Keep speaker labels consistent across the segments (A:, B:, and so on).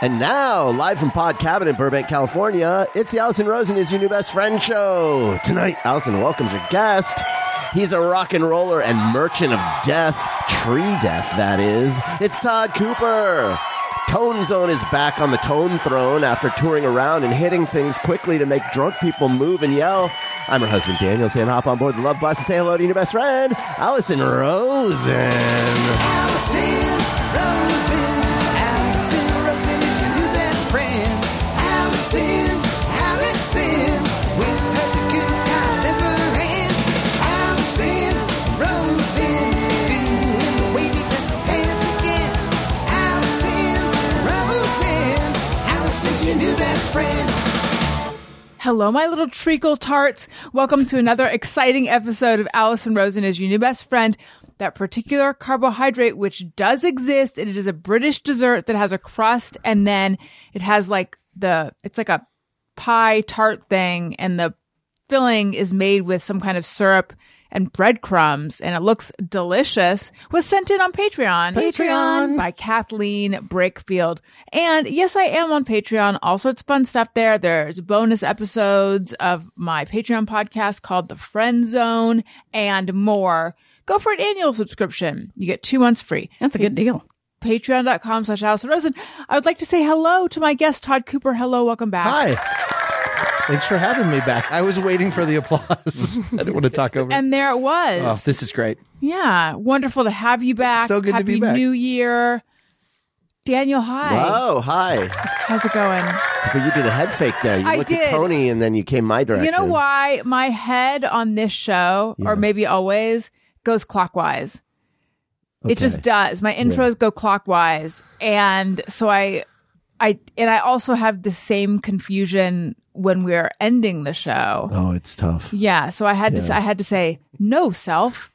A: And now, live from Pod Cabin in Burbank, California, it's the Allison Rosen is your new best friend show. Tonight, Allison welcomes her guest. He's a rock and roller and merchant of death, tree death, that is. It's Todd Cooper. Tone Zone is back on the tone throne after touring around and hitting things quickly to make drunk people move and yell. I'm her husband, Daniel, saying hop on board the love bus and say hello to your best friend, Allison Rosen.
B: Allison Rosen, Allison Rosen is your new best friend. Allison, Allison, with her the good times never end. Allison Rosen, doing the wavy pencil pants again. Allison Rosen, Allison's your new best friend.
C: Hello, my little treacle tarts. Welcome to another exciting episode of Allison Rosen is your new best friend. That particular carbohydrate, which does exist, and it is a British dessert that has a crust, and then it has like the, it's like a pie tart thing, and the filling is made with some kind of syrup and breadcrumbs, and it looks delicious. Was sent in on Patreon.
A: Patreon.
C: by Kathleen Brickfield. And yes, I am on Patreon. All sorts of fun stuff there. There's bonus episodes of my Patreon podcast called The Friend Zone and more. Go for an annual subscription. You get two months free.
D: That's a good deal.
C: Patreon.com slash Allison Rosen. I would like to say hello to my guest, Todd Cooper. Hello, welcome back.
E: Hi. Thanks for having me back. I was waiting for the applause. I didn't want to talk over.
C: And there it was.
E: oh, this is great.
C: yeah. Wonderful to have you back.
E: So good to
C: Happy
E: be back.
C: New Year. Daniel, hi.
A: Wow, hi.
C: How's it going?
A: But you did a head fake there. You
C: I
A: looked at
C: did.
A: Tony and then you came my direction.
C: You know why my head on this show, or maybe always, goes clockwise. It just does. My intros go clockwise, and so I, I, and I also have the same confusion when we're ending the show.
E: Oh, it's tough.
C: Yeah, so I had to, I had to say no self,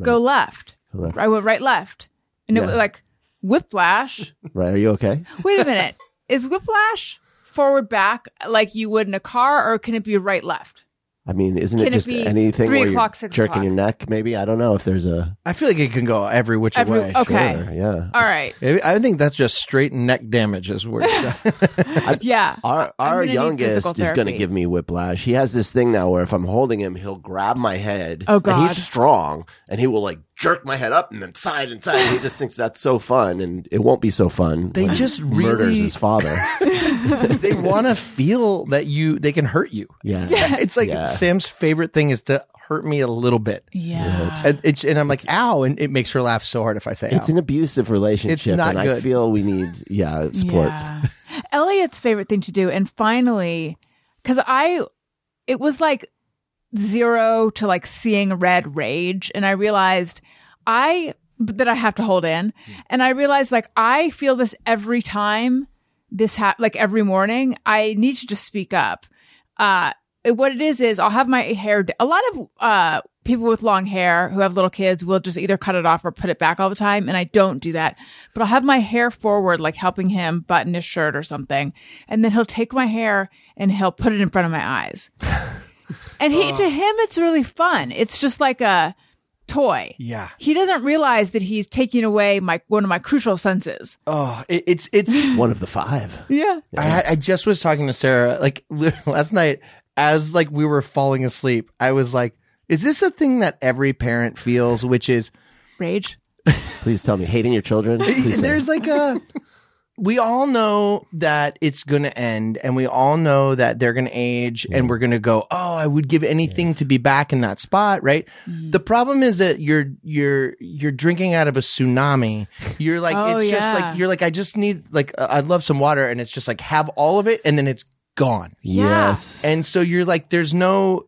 C: go left. I went right left, and it was like whiplash.
A: Right, are you okay?
C: Wait a minute, is whiplash forward back like you would in a car, or can it be right left?
A: I mean, isn't
C: Can
A: it
C: it
A: just
C: be
A: anything
C: three
A: where you're
C: o'clock, six
A: jerking
C: o'clock?
A: your neck, maybe? I don't know if there's a
E: I feel like it can go every which
C: Every-
E: way.
C: okay.
A: Sure, yeah.
C: All right.
E: Sure. I think that's just straight neck damage is where it's
C: Yeah.
A: Our our
C: gonna need
A: youngest
C: physical
A: is going to
C: therapy.
A: give me whiplash. He has this thing now where if I'm holding him, he'll grab my head.
C: Oh,
A: And
C: God.
A: he's strong, and he will like jerk my head up and then side and side. he just thinks that's so fun, and it won't be so fun.
E: They
A: when
E: just
A: he murders
E: really-
A: his father.
E: they want to feel that you they can hurt you.
A: Yeah,
E: It's like
A: Yeah.
E: Sam's favorite thing is to hurt me a little bit.
C: Yeah.
E: And, it's, and I'm like, ow, and it makes her laugh so hard if I say ow.
A: it's an abusive relationship,
E: not
A: and I
E: good.
A: feel we need yeah support.
C: Yeah. Elliot's favorite thing to do. And finally, because I, it was like zero to like seeing red rage. And I realized I, that I have to hold in. And I realized like I feel this every time this hap like every morning. I need to just speak up. Uh, it- what it is is I'll have my hair. d- A lot of uh, people with long hair who have little kids will just either cut it off or put it back all the time, and I don't do that. But I'll have my hair forward, like helping him button his shirt or something, and then he'll take my hair and he'll put it in front of my eyes. and he to him, it's really fun. It's just like a toy.
E: Yeah.
C: He doesn't realize that he's taking away my one of my crucial senses.
E: Oh, it, it's it's
A: One of the five.
C: Yeah.
E: I, I just was talking to Sarah like last night as like we were falling asleep. I was like, "Is this a thing that every parent feels?" Which is
C: Rage.
A: Please tell me, hating your children. Please say-
E: there's like a we all know that it's going to end, and we all know that they're going to age, and we're going to go, "Oh, I would give anything to be back in that spot." Right.
C: Mm-hmm.
E: The problem is that you're you're you're drinking out of a tsunami. You're like
C: Oh,
E: it's
C: yeah.
E: just like you're like I just need like uh, I'd love some water, and it's just like have all of it, and then it's gone.
C: Yeah.
A: yes,
E: And so you're like, there's no,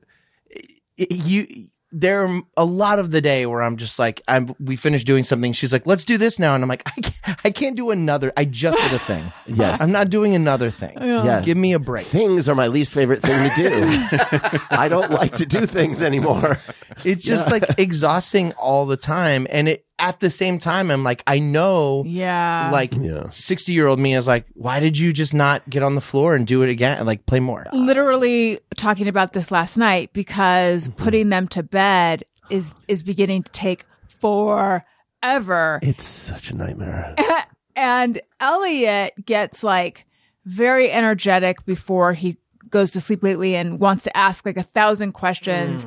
E: you, there are a lot of the day where I'm just like, I'm, we finished doing something. She's like, let's do this now. And I'm like, I can't, I can't do another. I just did a thing.
A: yes.
E: I'm not doing another thing.
A: Yeah.
E: Give me a break.
A: things are my least favorite thing to do. I don't like to do things anymore.
E: It's just like exhausting all the time. And it, at the same time, I'm like, I know.
C: Yeah.
E: Like
A: Yeah.
E: sixty year old me is like, why did you just not get on the floor and do it again and like play more?
C: literally talking about this last night because putting them to bed is is beginning to take forever.
A: It's such a nightmare.
C: And Elliot gets like very energetic before he goes to sleep lately and wants to ask like a thousand questions.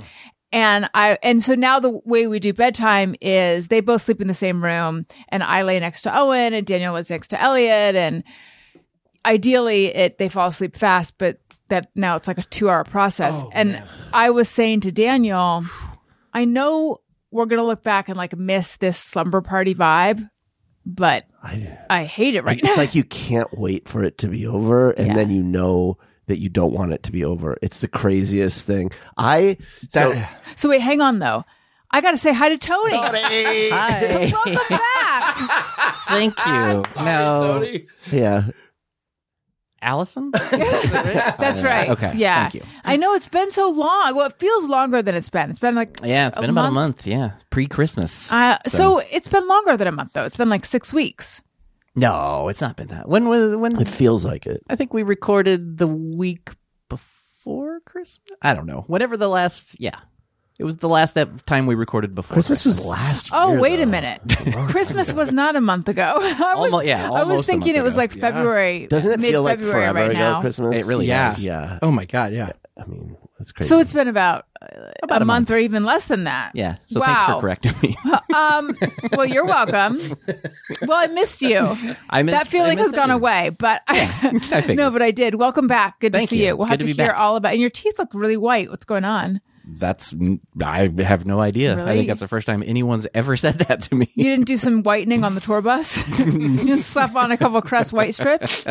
C: And I and so now the way we do bedtime is they both sleep in the same room and I lay next to Owen and Daniel was next to Elliot and ideally it they fall asleep fast but that now it's like a 2 hour process. and I was saying to Daniel I know we're gonna look back and like miss this slumber party vibe, but
A: I,
C: I hate it right now.
A: it's like you can't wait for it to be over, and
C: Yeah.
A: then you know that you don't want it to be over. It's the craziest thing. I so,
E: That-
C: So wait, hang on though. I gotta say hi to Tony.
D: Hi.
C: Welcome back.
D: Thank you. No,
A: yeah,
D: Allison.
C: That's right.
D: Okay,
C: Yeah.
D: thank you.
C: I know it's been so long. Well, it feels longer than it's been. It's been like
D: Yeah, it's
C: A
D: been about a
C: month?
D: month. Yeah, pre Christmas.
C: uh, so it's been longer than a month though. It's been like six weeks.
D: no, it's not been that. When was when?
A: it feels like it.
D: I think we recorded the week before Christmas. I don't know. Whatever the last. Yeah, it was the last that time we recorded before
A: Christmas was last.
C: Oh,
A: year,
C: wait a
A: though.
C: minute. Christmas was not a month ago. I was,
D: Almo- yeah,
C: I
D: almost
C: was
D: a
C: thinking
D: month
C: it was
D: ago.
C: like February.
A: Doesn't it feel like
C: mid-February
A: forever
C: right
A: ago?
C: now.
A: Christmas.
D: It really
E: Yeah.
D: is.
A: Yeah.
E: Oh my god, yeah.
A: I mean, that's crazy.
C: So it's been about, uh, a, month, or even less than that.
D: Yeah. So
C: wow.
D: thanks for correcting me.
C: Um, well, you're welcome. Well, I missed you.
D: I missed,
C: that feeling
D: I
C: has
D: missed
C: gone
D: everything.
C: away, but
D: figured.
C: no, but I did. Welcome back. Good
D: Thank
C: to see you.
D: you. It's
C: We'll
D: good
C: have
D: to
C: to,
D: be
C: hear
D: back.
C: all about. And your teeth look really white. What's going on?
D: That's I have no idea. I
C: Really?
D: think that's the first time anyone's ever said that to me.
C: You didn't do some whitening on the tour bus. you didn't slap on a couple of Crest white strips.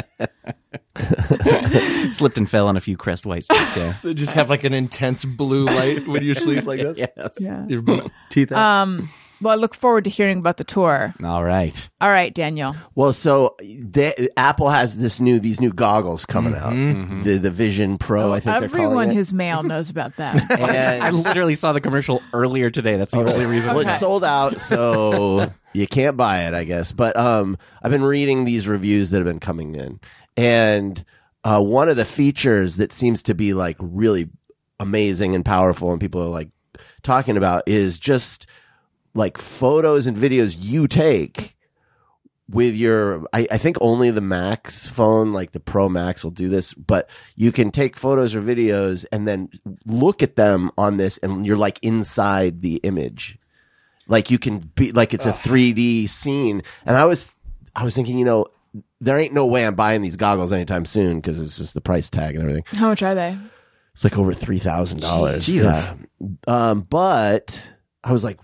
D: Slipped and fell on a few crest whites. Yeah.
E: They just have like an intense blue light when you sleep like this.
D: yes.
C: Yeah.
E: Your teeth out.
C: Well, I look forward to hearing about the tour.
D: All right.
C: All right, Daniel.
A: well, so they, Apple has this new these new goggles coming out, the the Vision Pro. I think they're
C: Mm-hmm. Oh, Everyone
A: calling it.
C: who's male knows about that.
D: I literally saw the commercial earlier today. That's the only reason.
A: Well,
C: Okay.
A: it's sold out, so you can't buy it, I guess. But um, I've been reading these reviews that have been coming in, and uh, one of the features that seems to be like really amazing and powerful, and people are like talking about, is just like photos and videos you take with your I, I think only the max phone like the pro max will do this but you can take photos or videos and then look at them on this and you're like inside the image like you can be like it's a 3d scene and i was i was thinking you know there ain't no way i'm buying these goggles anytime soon because it's just the price tag and everything
C: How much are they?
A: it's like over three thousand dollars.
D: Jesus.
A: Um, but I was like,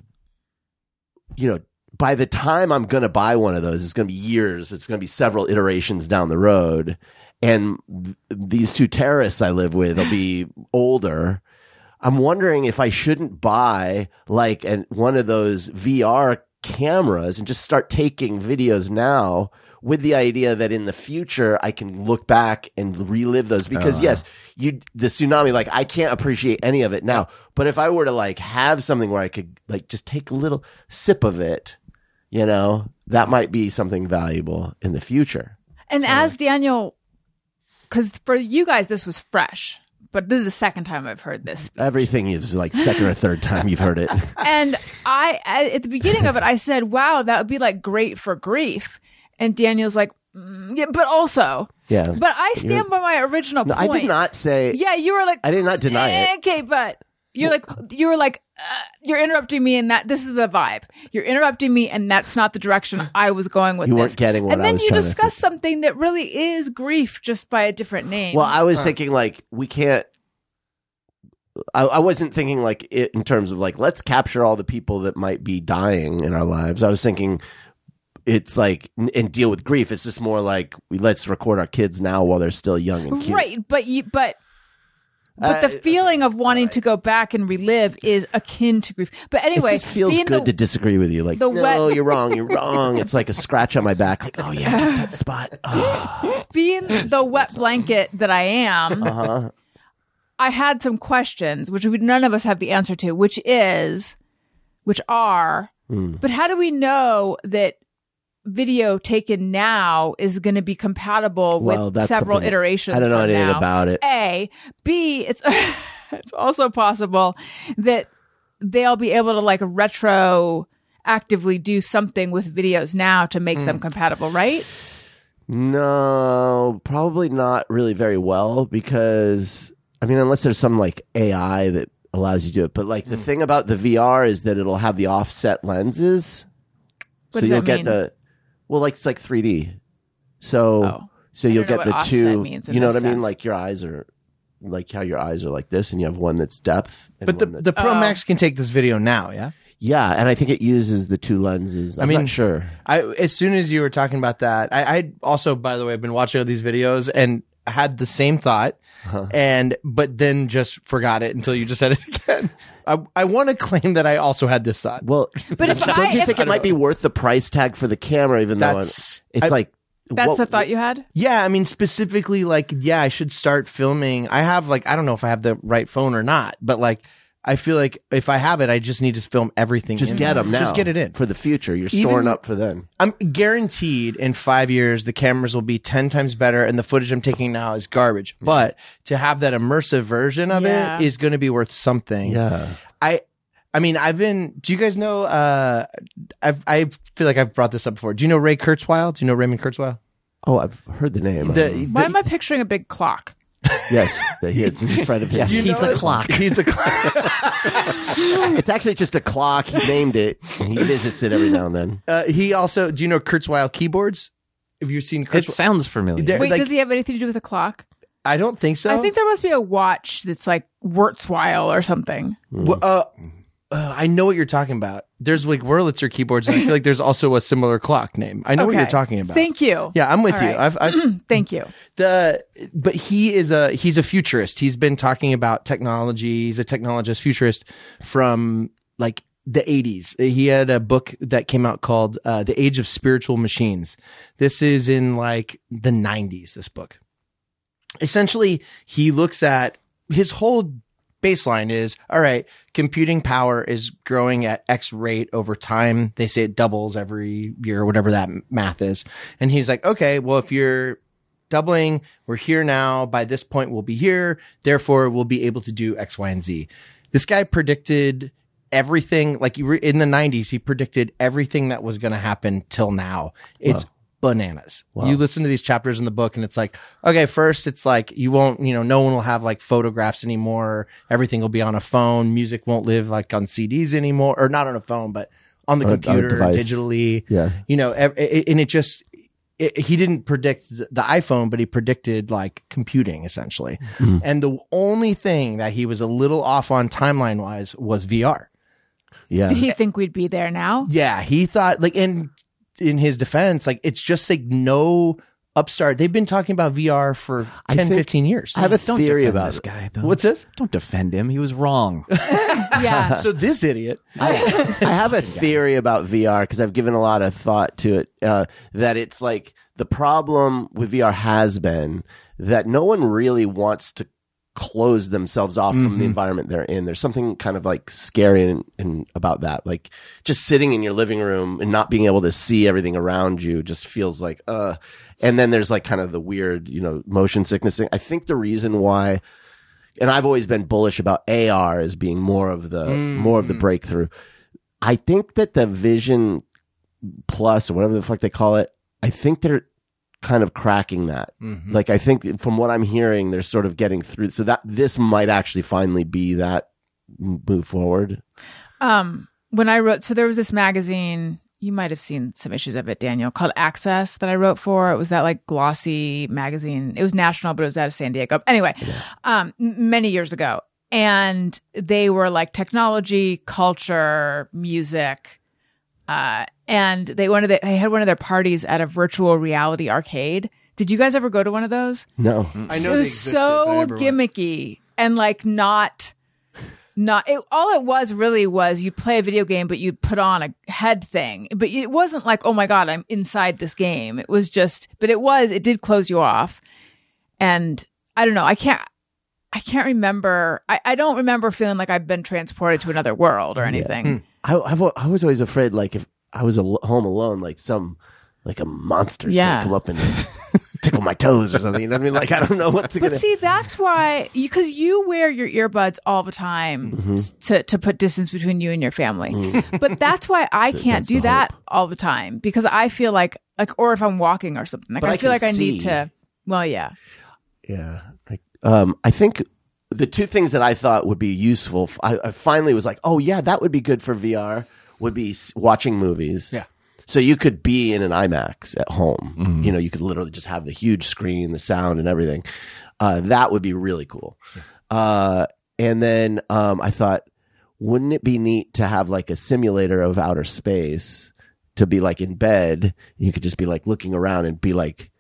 A: you know, by the time I'm gonna buy one of those, it's gonna be years. It's gonna be several iterations down the road, and th- these two terrorists I live with will be older. I'm wondering if I shouldn't buy like an, one of those VR cameras and just start taking videos now with the idea that in the future I can look back and relive those because yes, you the tsunami like I can't appreciate any of it now, but if I were to like have something where I could like just take a little sip of it, you know, that might be something valuable in the future.
C: And as Daniel, because for you guys this was fresh, but this is the second time I've heard this.
A: Everything is like second or third time you've heard it.
C: And I, I- at the beginning of it, I said, "Wow, that would be like great for grief." And Daniel's like, "Mm, "Yeah, but also."
A: Yeah.
C: But I stand by my original
A: No, I
C: point.
A: did not say
C: Yeah, you were like,
A: I did not deny
C: "Eh,
A: it.
C: Okay, but you're like, you were like, uh, you're interrupting me, and that this is the vibe. You're interrupting me, and that's not the direction I was going with.
A: You
C: this.
A: weren't getting what
C: And
A: I
C: then
A: was
C: you
A: trying to-
C: discuss something that really is grief, just by a different name.
A: Well, I was thinking like we can't. I, I wasn't thinking like it in terms of like let's capture all the people that might be dying in our lives. I was thinking it's like n- and deal with grief. It's just more like we, let's record our kids now while they're still young and cute.
C: right, but you, but. But
A: Uh,
C: the feeling of wanting to go back and relive is akin to grief. But
A: It
C: anyway,
A: just feels
C: being
A: good
C: the-
A: to disagree with you. Like,
C: the
A: no,
C: wet-
A: you're wrong. You're wrong. It's like a scratch on my back. Like, oh yeah, I got that spot. Oh.
C: being the wet blanket that I am,
A: Uh-huh.
C: I had some questions, which we, none of us have the answer to, which is, which are,
A: Hmm.
C: but how do we know that video taken now is going to be compatible
A: Well,
C: with
A: that's
C: several
A: something-
C: iterations?
A: I don't know
C: from
A: anything
C: now?
A: about it.
C: A, B, it's it's also possible that they'll be able to like retro actively do something with videos now to make them compatible, right?
A: No, probably not really very well because I mean, unless there's some like AI that allows you to do it. But like
C: Hmm.
A: the thing about the VR is that it'll have the offset lenses, so
C: What does
A: you'll
C: that
A: get
C: mean?
A: the well, like it's like 3D. So
C: Oh.
A: so
C: I
A: you'll
C: don't know
A: get
C: what
A: the
C: offset
A: two.
C: means in
A: you know what
C: this
A: I mean?
C: sense.
A: Like your eyes are like how your eyes are like this, and you have one that's depth. And
E: But the,
A: one
E: the
A: that's-
E: Pro
C: Oh.
E: Max can take this video now, yeah?
A: yeah, and I think it uses the two lenses. I'm
E: mean-
A: not sure.
E: I as soon as you were talking about that, I, I also, by the way, I've been watching all these videos and had the same thought,
A: Uh-huh.
E: and but then just forgot it until you just said it again. I, I want to claim that I also had this thought.
A: Well,
C: But if
A: don't
C: I,
A: you
C: if-
A: think it might be worth the price tag for the camera? Even though
E: That's-
A: I'm- it's
E: I-
A: like
C: that's
A: what-
C: the thought you had?
E: Yeah, I mean specifically, like, yeah, I should start filming. I have like I don't know if I have the right phone or not, but like I feel like if I have it, I just need to film everything.
A: Just
E: in
A: get
E: there.
A: them now.
E: Just get it in.
A: for the future. You're
E: Even-
A: storing up for then.
E: I'm guaranteed in five years the cameras will be ten times better, and the footage I'm taking now is garbage.
C: Mm-hmm.
E: But to have that immersive version of
C: Yeah.
E: it is going to be worth something.
A: Yeah.
E: I I mean, I've been. Do you guys know? Uh, I've, I feel like I've brought this up before. Do you know Ray Kurzweil? Do you know Raymond Kurzweil?
A: Oh, I've heard the name.
E: The-
A: Um,
C: Why
E: the-
C: am I picturing a big clock?
A: yes, the, he, it's a friend of his.
D: Yes, he's a clock.
E: He's a clock.
A: It's actually just a clock. He named it. and He visits it every now and then.
E: uh, he also. Do you know Kurzweil keyboards? Have you seen
D: It
E: Kurzweil?
D: sounds familiar.
E: There-
C: Wait,
E: like-
C: does he have anything to do with a clock?
E: I don't think so.
C: I think there must be a watch that's like Wurtzweil or something.
E: Well, uh, uh, I know what you're talking about. There's like Wurlitzer keyboards, and I feel like there's also a similar clock name. I know what
C: Okay.
E: you're talking about.
C: Thank you.
E: yeah, I'm with
C: All
E: you.
C: right.
E: I've, I've
C: Thank you.
E: the but he is a he's a futurist. He's been talking about technology. He's a technologist, futurist from like the 80s. He had a book that came out called uh, The Age of Spiritual Machines. This is in like the 90s. This book essentially he looks at his whole baseline is all right computing power is growing at x rate over time they say it doubles every year whatever that m- math is and he's like okay well if you're doubling we're here now by this point we'll be here therefore we'll be able to do x y and z this guy predicted everything like you were in the 90s he predicted everything that was going to happen till now it's bananas you listen to these chapters in the book and it's like okay first it's like you won't you know no one will have like photographs anymore everything will be on a phone music won't live like on cds anymore or not on a phone but on the
A: On a- on a
E: computer
A: device.
E: digitally
A: Yeah.
E: you know ev- i- and it just it, he didn't predict th- the iphone but he predicted like computing essentially
A: Hmm.
E: and the only thing that he was a little off on timeline wise was vr
A: Yeah.
C: Did he think we'd be there now?
E: yeah, he thought like in in his defense, like it's just like no upstart. They've been talking about VR for 10,
A: think-
E: 15 years.
A: I have a
D: Don't
A: theory
D: defend
A: about
D: this
A: it.
D: guy, though.
E: What's this?
D: Don't defend him. He was wrong.
C: Yeah.
E: Uh, So this idiot.
A: I have a theory about VR because I've given a lot of thought to it. Uh, that it's like the problem with VR has been that no one really wants to close themselves off from the environment they're in. There's something kind of like scary and, and about that. Like just sitting in your living room and not being able to see everything around you just feels like uh. And then there's like kind of the weird, you know, motion sickness thing. I think the reason why and I've always been bullish about AR as being more of the more of the breakthrough. I think that the Vision Plus or whatever the fuck they call it, I think they're kind of cracking that. Mm-hmm. Like I think from what I'm hearing, they're sort of getting through. So that this might actually finally be that m- move forward.
C: um, when I wrote, so there was this magazine. You might have seen some issues of it, Daniel, called Access that I wrote for. It was that like glossy magazine. It was national, but it was out of San Diego. Anyway, um, m- many years ago, and they were like technology, culture, music, uh, and they one of the, they had one of their parties at a virtual reality arcade. Did you guys ever go to one of those?
A: No,
E: I
C: it was so gimmicky and like not not it, all it was really was you'd play a video game but you'd put on a head thing but it wasn't like oh my god i'm inside this game it was just but it was it did close you off and i don't know i can't i can't remember i, I don't remember feeling like i've been transported to another world or anything
E: Hmm.
A: I I've, al- I was always afraid like if I was al- home alone, like some like a monster
C: Yeah.
A: come up and tickle my toes or something. You know what I mean? Like I don't know what's
C: But
A: gonna.
C: see, that's why because you wear your earbuds all the time s- to to put distance between you and your family. But that's why I can't do that all the time because I feel like like or if I'm walking or something like
A: But
C: I,
A: I
C: feel like
A: can
C: I need
A: see.
C: to. Well, yeah,
A: Yeah. Like, um, I think the two things that I thought would be useful, f- I, I finally was like, oh, yeah, that would be good for VR, would be s- watching movies.
E: Yeah.
A: So you could be in an IMAX at home. You know, you could literally just have the huge screen, the sound, and everything. Uh, that would be really cool. Uh, and then um, I thought, wouldn't it be neat to have like a simulator of outer space to be like in bed? You could just be like looking around and be like,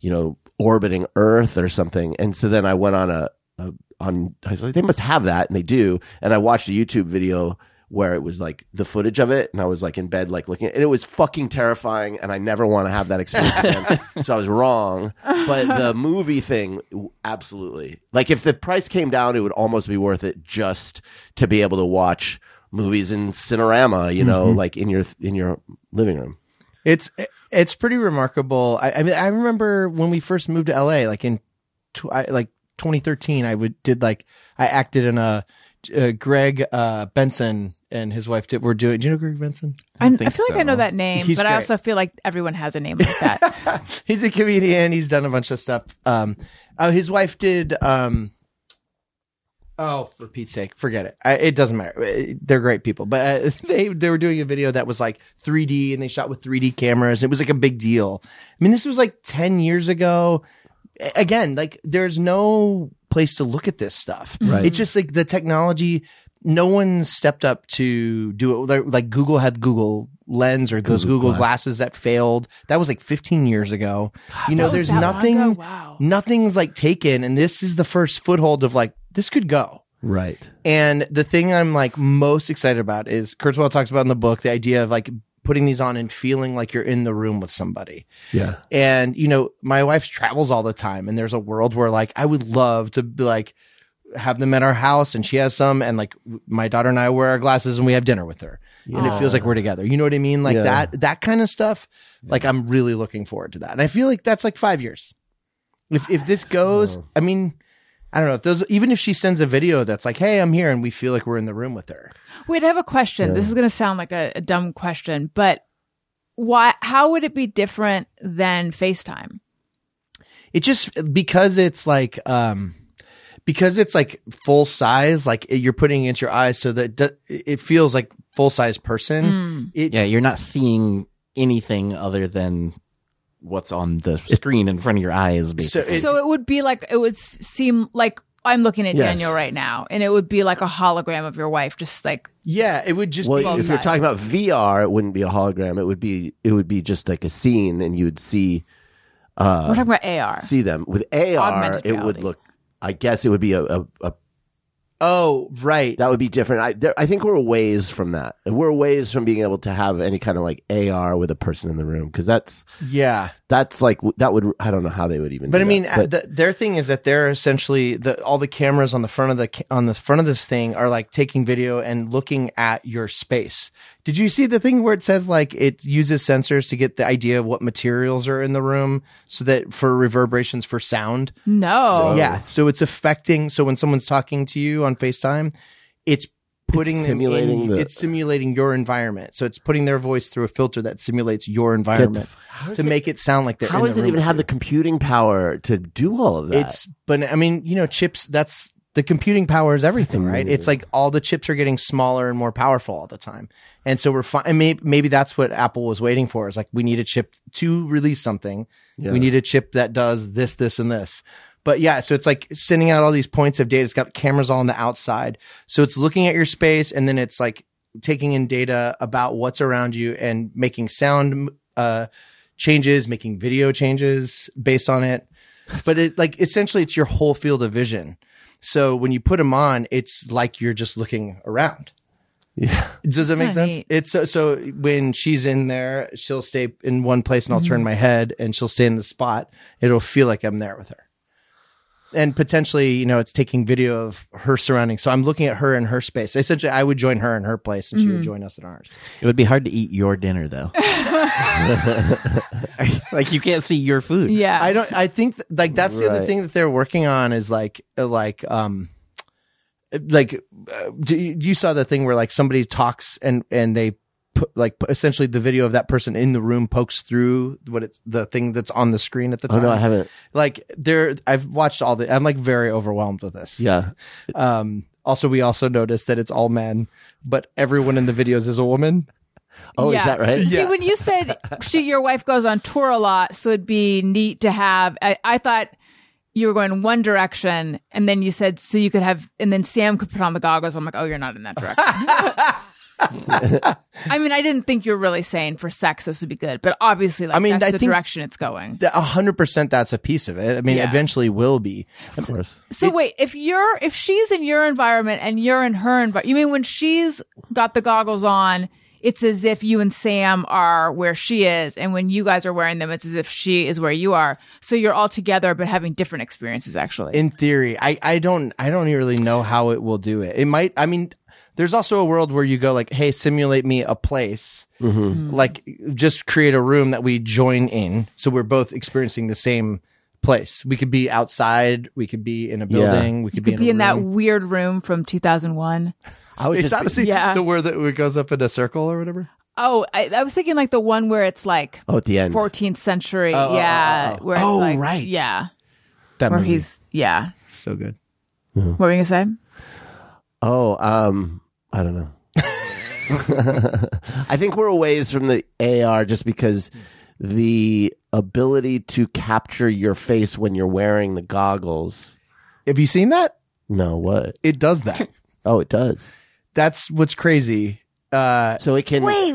A: you know, orbiting Earth or something. And so then I went on a, a on I was like, they must have that, and they do. And I watched a YouTube video where it was like the footage of it, and I was like in bed, like looking, and it was fucking terrifying. And I never want to have that experience again. so I was wrong. But the movie thing, w- absolutely. Like if the price came down, it would almost be worth it just to be able to watch movies in Cinerama, you know, like in your in your living room.
E: It's it's pretty remarkable. I, I mean, I remember when we first moved to LA, like in tw- I, like 2013, I would did like I acted in a uh, Greg uh, Benson and his wife did were doing. Do you know Greg Benson?
C: I, I, feel
D: think
C: like I know
D: so.
C: that name,
E: He's
C: but I
E: great.
C: also feel like everyone has a name like that.
E: He's a comedian. He's done a bunch of stuff. Um, oh, his wife did. Um, oh, for Pete's sake, forget it. I, it doesn't matter. Uh, They're great people, but uh, they they were doing a video that was like 3D, and they shot with 3D cameras. It was like a big deal. I mean, this was like 10 years ago. A- Again, like there's no place to look at this stuff.
A: Right.
E: It's just like the technology. No one stepped up to do it. Like- Like Google had Google Lens or those Google glasses that failed. That was like 15 years ago. You know,
C: was
E: there's
C: that long ago?
E: nothing.
C: Wow.
E: Nothing's like taken, and this is the first foothold of like this could go.
A: Right.
E: And the thing I'm like most excited about is Kurzweil talks about in the book the idea of like putting these on and feeling like you're in the room with somebody.
A: Yeah.
E: And you know, my wife travels all the time, and there's a world where like I would love to be like have them at our house, and she has some, and like w- my daughter and I wear our glasses and we have dinner with her, and it feels like we're together. You know what I mean? Like
A: Yeah.
E: that that kind of stuff. Like I'm really looking forward to that, and I feel like that's like five years. If if this goes, I mean. I don't know if those, even if she sends a video that's like, "Hey, I'm here," and we feel like we're in the room with her.
C: Wait, I have a question. This is going to sound like a, a dumb question, but why? How would it be different than FaceTime?
E: it just because it's like um because it's like full size like you're putting it into your eyes so that it do- it feels like full size person it
D: Yeah, you're not seeing anything other than what's on the screen in front of your eyes. Basically.
E: It-
C: so it would be like it would s- seem like I'm looking at
A: Yes.
C: Daniel right now, and it would be like a hologram of your wife, just like
E: yeah it would just be
A: Well,
C: both
A: if you're
C: sides.
A: talking about VR, it wouldn't be a hologram. It would be it would be just like a scene, and you would see
E: Uh,
C: we're talking about AR.
A: see them with AR.
C: Augmented
A: It would
C: reality.
A: look. I guess it would be a, a, a
E: oh right
A: that would be different. I there, I think we're a ways from that. We're a ways from being able to have any kind of like AR with a person in the room because that's
E: yeah
A: that's like that would I don't know how they would even.
E: but
A: do
E: i mean
A: that,
E: uh
A: but
E: the, their thing is that they're essentially the all the cameras on the front of the ca- on the front of this thing are like taking video and looking at your space did you see the thing where it says like it uses sensors to get the idea of what materials are in the room so that for reverberations for sound
A: Oh.
C: No,
E: Yeah. So it's affecting. So when someone's talking to you on FaceTime, it's putting them
A: simulating
E: in,
A: the-
E: it's simulating your environment. So it's putting their voice through a filter that simulates your environment to make it sound like they're.
A: how
E: in
A: does
E: the
A: it
E: room
A: even
E: with
A: have
E: you.
A: the computing power to do all of that?
E: It's but I mean you know chips. That's the computing power is everything, right? It's like all the chips are getting smaller and more powerful all the time, and so we're fine. Maybe maybe that's what Apple was waiting for. Is like we need a chip to release something. We need a chip that does this, this, and this. But yeah, so it's like sending out all these points of data. It's got cameras all on the outside, so it's looking at your space, and then it's like taking in data about what's around you and making sound uh, changes, making video changes based on it but it like essentially it's your whole field of vision. So when you put them on, it's like you're just looking around.
A: Yeah.
E: Does that make
C: Kinda
E: sense?
C: neat.
E: It's so, so when she's in there, she'll stay in one place and I'll turn my head and she'll stay in the spot. It'll feel like I'm there with her. and potentially, you know, it's taking video of her surroundings. So I'm looking at her in her space. Essentially, I would join her in her place, and she would join us in ours.
D: It would be hard to eat your dinner though. like you can't see your food.
C: Yeah.
E: I don't. I think th- like that's the other
A: Right.
E: thing that they're working on is like uh, like um like uh, do you, you saw the thing where like somebody talks and and they put like pu- essentially the video of that person in the room pokes through what it's the thing that's on the screen at the
A: Oh
E: time.
A: no, I haven't.
E: Like there, I've watched all the. I'm like very overwhelmed with this.
A: Yeah,
E: Um. Also, we also noticed that it's all men, but everyone in the videos is a woman.
A: Oh, is that right?
C: See,
E: Yeah.
C: when you said she, your wife goes on tour a lot, so it'd be neat to have. I, I thought you were going one direction, and then you said so you could have, and then Sam could put on the goggles. I'm like, oh, you're not in that direction. I mean, I didn't think you were really saying for sex this would be good, but obviously, like,
E: I mean,
C: that's
E: I
C: the
E: think-
C: direction it's going.
E: That- A hundred percent, that's a piece of it. I mean,
C: Yeah.
E: eventually will be.
A: of course.
C: So wait, if you're if she's in your environment and you're in her environment, you mean when she's got the goggles on, it's as if you and Sam are where she is, and when you guys are wearing them, it's as if she is where you are. So you're all together but having different experiences. Actually,
E: in theory i i don't i don't really know how it will do it it might i mean there's also a world where you go like hey simulate me a place like just create a room that we join in so we're both experiencing the same place we could be outside we could be in a building we could,
C: could be in
E: a
C: that
E: room.
C: weird room from 2001.
A: I would
E: it's
A: just be-
E: honestly
C: Yeah.
E: the word that it goes up in a circle or whatever
C: Oh, I, I was thinking like the one where it's like
A: oh, at the end.
C: 14th century. yeah, where it's
E: Oh,
C: like,
E: right.
C: Yeah,
E: that
C: where
E: movie is
C: he's yeah.
E: so good
C: What were you gonna say?
A: Oh, um, I don't know. I think we're a ways from the AR just because the ability to capture your face when you're wearing the goggles.
E: have you seen that
A: No, what?
E: it does that
A: Oh, it does.
E: that's what's crazy uh
A: So it can. Wait,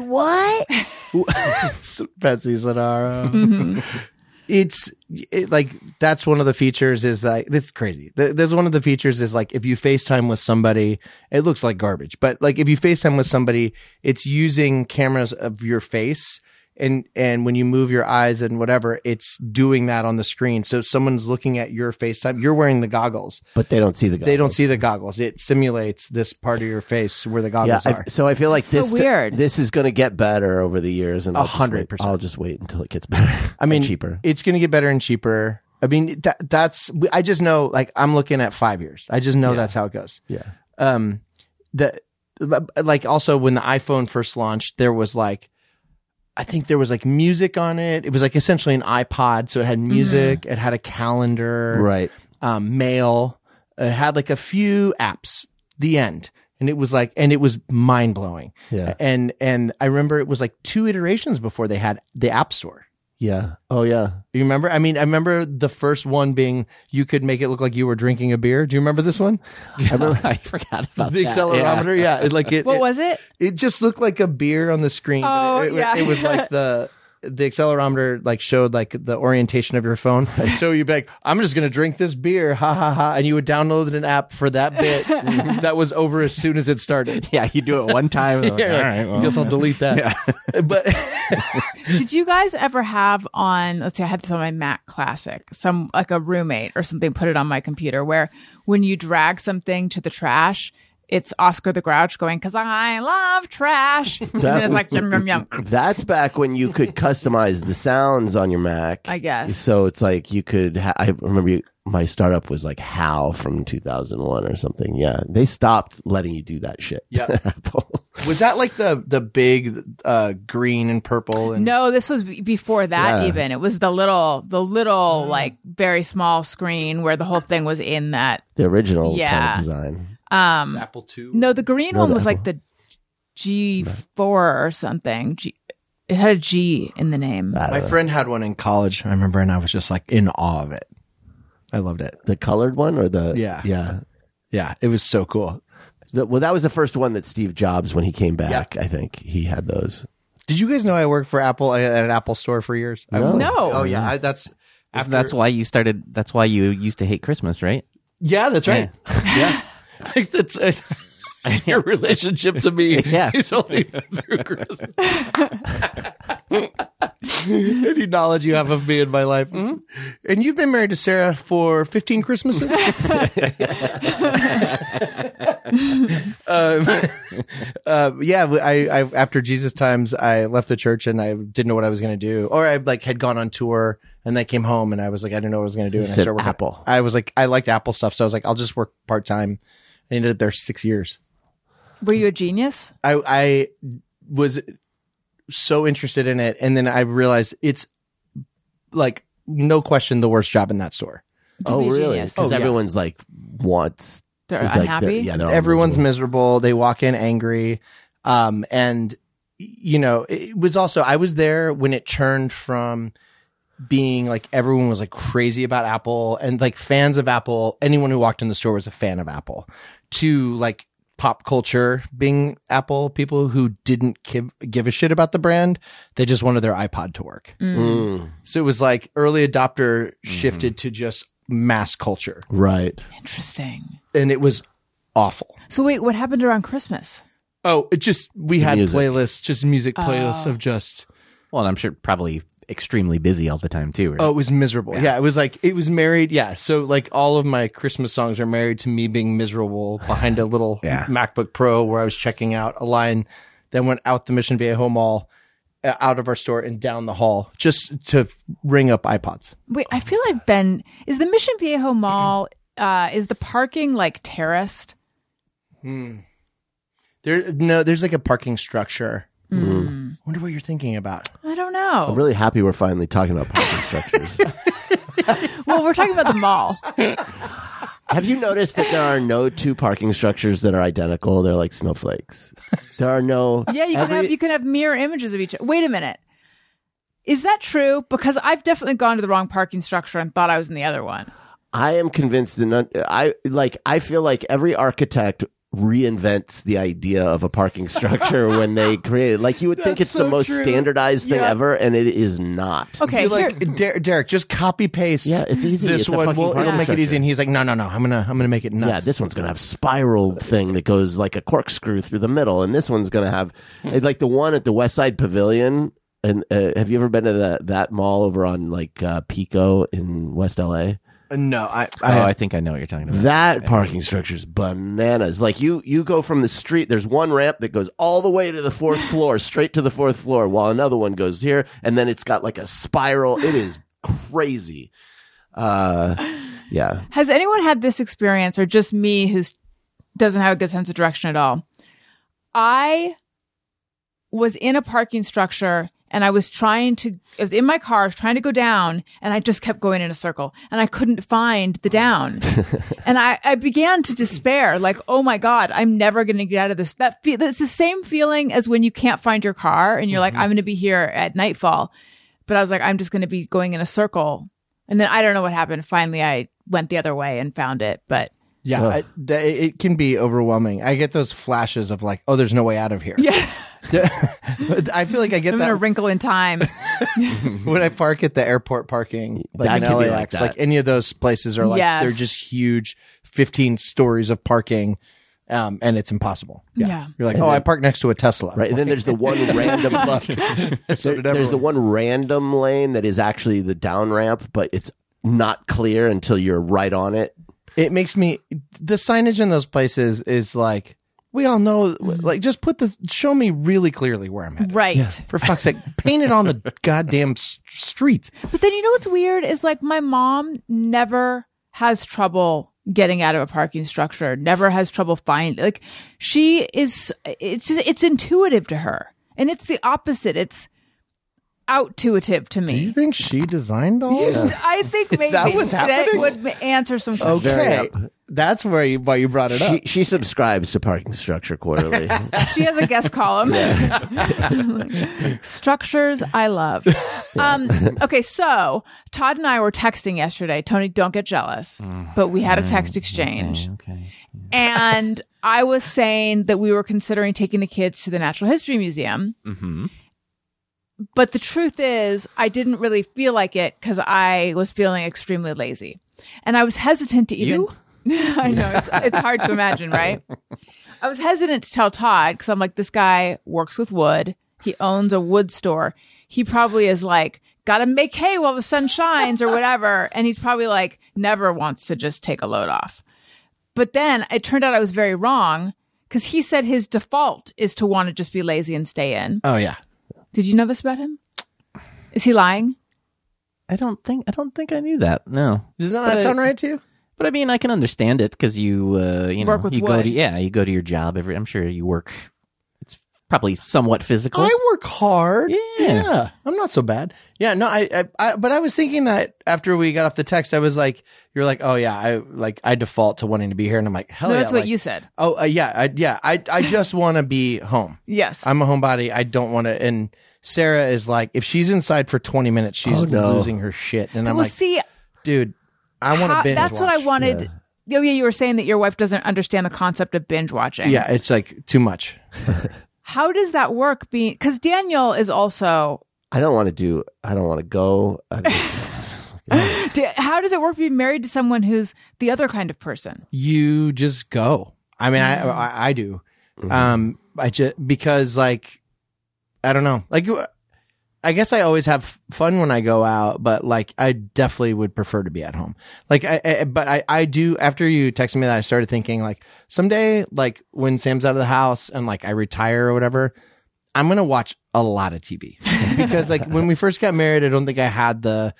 E: Betsy Zanaro.
C: Mm-hmm.
E: It's it, like that's one of the features is like that's crazy. Th- There's one of the features is like if you FaceTime with somebody, it looks like garbage. But like if you FaceTime with somebody, it's using cameras of your face and and when you move your eyes and whatever, it's doing that on the screen. So someone's looking at your FaceTime. You're wearing the goggles.
A: but they don't see the goggles.
E: They don't see the goggles. It simulates this part of your face where the
A: Yeah,
E: goggles
A: I-
E: are.
A: so I feel like
C: so
A: this
C: weird.
A: this is going to get better over the years, and I'll just wait-
E: 100%.
A: I'll just wait until it gets better.
E: I mean,
A: cheaper.
E: It's going to get better and cheaper. I mean, that that's. I just know, like, I'm looking at five years. I just know that's how it goes.
A: Yeah.
E: Um, the like also when the iPhone first launched, there was like, I think there was like music on it. It was like essentially an iPod, so it had music. It had a calendar,
A: Mm-hmm. Right.
E: Um, mail. It had like a few apps. The end. And it was like, and it was mind blowing.
A: Yeah.
E: And and I remember it was like two iterations before they had the App Store.
A: Yeah. Oh yeah.
E: You remember? I mean, I remember the first one being you could make it look like you were drinking a beer. Do you remember this one?
D: I, forgot about
E: The
D: that.
E: accelerometer, yeah. It, like it,
C: What
E: it,
C: was it?
E: it just looked like a beer on the screen.
C: Oh,
E: it, it-
C: yeah.
E: it was like the the accelerometer like showed like the orientation of your phone. So you'd be like, I'm just gonna drink this beer, ha ha ha, and you would download an app for that bit that was over as soon as it started.
D: Yeah, you do it one time. and
E: Yeah,
D: you're like, All right, well,
E: I guess I'll delete that. But
C: Did you guys ever have on, let's say I had this on my Mac Classic, some like a roommate or something put it on my computer where when you drag something to the trash, it's Oscar the Grouch going, because I love trash. and then it's like, yum, yum, yum.
A: That's back when you could customize the sounds on your Mac.
C: I guess.
A: So it's like you could. Ha- I remember you, my startup was like HAL from 2001 or something. Yeah, they stopped letting you do that shit.
E: Yeah.
A: Apple.
E: was that like the the big uh green and purple and
C: No, this was b- before that
A: Yeah.
C: even. It was the little, the little, like very small screen where the whole thing was in that.
A: The original
C: Yeah.
A: kind of design.
C: Um,
E: Apple II?
C: no, the green
A: No,
C: one
A: the
C: was like the G4 or something. G- it had a G in the name.
A: I
E: My
A: don't know.
E: friend had one in college, I remember, and I was just like in awe of it. I loved it.
A: the colored one or the
E: Yeah.
A: yeah.
E: Yeah, it was so cool.
A: The- well, that was the first one that Steve Jobs when he came back. I think he had those.
E: Did you guys know I worked for Apple I- at an Apple store for years? I was like-
C: No.
E: Oh yeah, I, that's
D: Isn't that's why you started. That's why you used to hate Christmas, right?
E: yeah, that's right. Yeah, like that's. I,
F: your relationship to me
D: Yeah.
F: is only through Chris.
E: Any knowledge you have of me in my life. And you've been married to Sarah for 15 Christmases? um, uh, yeah, I, I, after Jesus times, I left the church and I didn't know what I was going to do. Or I like had gone on tour and I came home and I was like, I didn't know what I was going to do.
A: You
E: and I
A: said
E: working-
A: Apple.
E: I was like, I liked Apple stuff. So I was like, I'll just work part time. I ended up there six years.
C: Were you a genius?
E: I I was so interested in it, and then I realized it's like no question the worst job in that store.
C: To
A: Oh,
C: be a
A: really?
C: genius.
A: Because
E: Oh, yeah.
A: everyone's like wants.
C: They're
A: it's like
C: unhappy.
A: yeah, they're all
E: Everyone's
A: miserable.
E: miserable. They walk in angry, um, and you know it was also I was there when it turned from being like everyone was like crazy about Apple and like fans of Apple. Anyone who walked in the store was a fan of Apple. To like pop culture being Apple people who didn't give give a shit about the brand. They just wanted their iPod to work.
A: Mm, Mm-hmm.
E: So it was like early adopter shifted to just mass culture.
A: right.
C: Interesting.
E: And it was awful.
C: So wait, what happened around Christmas?
E: Oh, it just we had
A: music.
E: playlists, just
C: Oh.
E: music playlists of just
D: Well, and I'm sure probably extremely busy all the time too. Right?
E: Oh, it was miserable. Yeah. it was like it was married. Yeah. So like all of my Christmas songs are married to me being miserable behind a little
D: Yeah.
E: MacBook Pro where I was checking out a line that went out the Mission Viejo Mall uh, out of our store and down the hall just to ring up iPods.
C: Wait, I feel I've been. Is the Mission Viejo Mall? Uh, is the parking like terraced?
E: There no there's like a parking structure.
C: Hmm.
E: Wonder what you're thinking about.
C: I don't know.
A: I'm Oh, really happy we're finally talking about parking structures.
C: Well, we're talking about the mall.
A: Have you noticed that there are no two parking structures that are identical? They're like snowflakes. There are no.
C: Yeah, you can
A: every-
C: have you can have mirror images of each. Wait a minute, is that true? Because I've definitely gone to the wrong parking structure and thought I was in the other one.
A: I am convinced that none, I like. I feel like every architect reinvents the idea of a parking structure when they create it. Like you would think
E: That's
A: it's the
E: so
A: most
E: true.
A: standardized thing
E: Yeah.
A: ever, and it is not.
C: Okay,
E: You're
C: here,
E: like Der- Derek, just copy paste.
A: Yeah, it's easy.
E: This
A: It's a
E: one
A: fucking
E: will it'll
A: parking
E: make it easy,
A: structure.
E: and he's like, no, no, no, I'm gonna I'm gonna make it nuts.
A: Yeah, this one's gonna have spiral thing that goes like a corkscrew through the middle, and this one's gonna have and, like the one at the West Side Pavilion. And uh, have you ever been to that that mall over on like uh, Pico in West LA?
E: Uh, no, I,
D: Oh,
E: I,
D: I think I know what you're talking about.
A: That parking structure is bananas. Like you, you go from the street. There's one ramp that goes all the way to the fourth floor, straight to the fourth floor, while another one goes here, and then it's got like a spiral. It is crazy. Uh, yeah.
C: Has anyone had this experience or just me who's doesn't have a good sense of direction at all? I was in a parking structure and I was trying to I was in my car, I was trying to go down, and I just kept going in a circle and I couldn't find the down. and I, I began to despair, like, oh my God, I'm never gonna get out of this. That fe- that's the same feeling as when you can't find your car and you're like, I'm gonna be here at nightfall. But I was like, I'm just gonna be going in a circle and then I don't know what happened. Finally, I went the other way and found it. But uh.
E: yeah, I, th- it can be overwhelming. I get those flashes of like, oh, there's no way out of here.
C: yeah,
E: I feel like I get
C: I'm in a
E: that
C: wrinkle in time.
E: when I park at the airport parking, like
A: That
E: in
A: can be like
E: LAX.
A: that.
E: Like, any of those places are like
C: Yes.
E: they're just huge, fifteen stories of parking, um, and it's impossible.
C: Yeah.
E: you're like, oh, I parked next to a Tesla.
A: Right. And then there's the one random there- there's the one random lane that is actually the down ramp, but it's not clear until you're right on it.
E: it makes me the signage in those places is like we all know like just put the show me really clearly where i'm at
C: Mm. Right.
E: for fuck's sake paint it on the goddamn s- street
C: But then you know what's weird is like my mom never has trouble getting out of a parking structure, never has trouble finding like she is it's just it's intuitive to her. And it's the opposite. It's outuitive to
E: do you
C: me.
E: think she designed all that
C: I think maybe
E: that what's happening? Oh,
C: would ma- answer some questions.
E: okay that's where you, why you brought it
A: She
E: up
A: she subscribes to Parking Structure Quarterly.
C: She has a guest column. Structures I love. Um, okay, so Todd and I were texting yesterday. Tony, don't get jealous, but we had a text exchange.
D: Okay.
C: And I was saying that we were considering taking the kids to the Natural History Museum.
D: Mm-hmm.
C: But the truth is, I didn't really feel like it because I was feeling extremely lazy. And I was hesitant to even. I know, it's, it's hard to imagine, right? I was hesitant to tell Todd because I'm like, this guy works with wood. He owns a wood store. He probably is like, gotta make hay while the sun shines or whatever. And he's probably like, never wants to just take a load off. But then it turned out I was very wrong because he said his default is to want to just be lazy and stay in.
E: Oh yeah.
C: Did you know this about him? Is he lying?
D: I don't think I don't think I knew that. No,
E: Does that
D: But
E: not
D: I-
E: sound right to you?
D: but I mean I can understand it because you uh, you know
C: Work with
D: you go
C: wood.
D: to yeah you go to your job every. I'm sure you work. It's probably somewhat physical.
E: I work hard.
D: Yeah.
E: I'm not so bad. Yeah, no, I, I, I, but I was thinking that after we got off the text, I was like, you're like, oh yeah, I like, I default to wanting to be here, and I'm like, hell
C: no,
E: yeah,
C: that's what
E: like-
C: you said.
E: Oh uh, yeah, I, yeah, I, I just want to be home.
C: Yes.
E: I'm a homebody. I don't want to. And Sarah is like, if she's inside for 20 minutes, she's
A: Oh, no.
E: losing her shit. And I'm
C: well,
E: like,
C: see,
E: dude, I want
C: how-
E: to binge.
C: that's what I
E: watch.
C: wanted. Oh, yeah, you were saying that your wife doesn't understand the concept of binge watching.
E: Yeah, it's like too much.
C: How does that work? Being because Daniel is also.
A: I don't want to do. I don't want to go. I just-
C: Da- How does it work being married to someone who's the other kind of person?
E: You just go. I mean, I, I, I do. Um, I just because like, I don't know. Like, I guess I always have fun when I go out, but like, I definitely would prefer to be at home. Like, I, I but I, I do. After you texted me that, I started thinking like, someday, like when Sam's out of the house and like I retire or whatever, I'm gonna watch a lot of TV because like when we first got married, I don't think I had the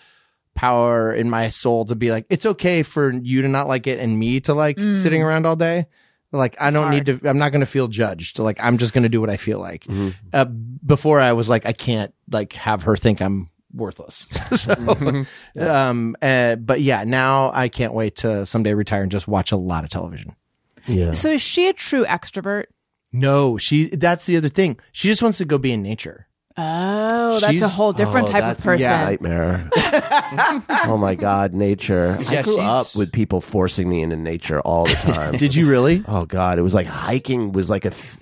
E: power in my soul to be like, it's okay for you to not like it and me to like sitting around all day. Like I don't need to. I'm not gonna feel judged. Like I'm just gonna do what I feel like. Uh, before I was like, I can't like have her think I'm worthless. so, um, uh, but yeah, now I can't wait to someday retire and just watch a lot of television.
A: yeah.
C: So is she a true extrovert?
E: No, she. That's the other thing. She just wants to go be in nature.
C: Oh, that's a
E: She's-
C: whole different
A: Oh,
C: type
A: that's-
C: of person.
A: yeah, nightmare. oh my god, nature. I
E: Yeah,
A: grew
E: she's-
A: up with people forcing me into nature all the time.
E: Did you really?
A: Oh god, it was like hiking was like a th-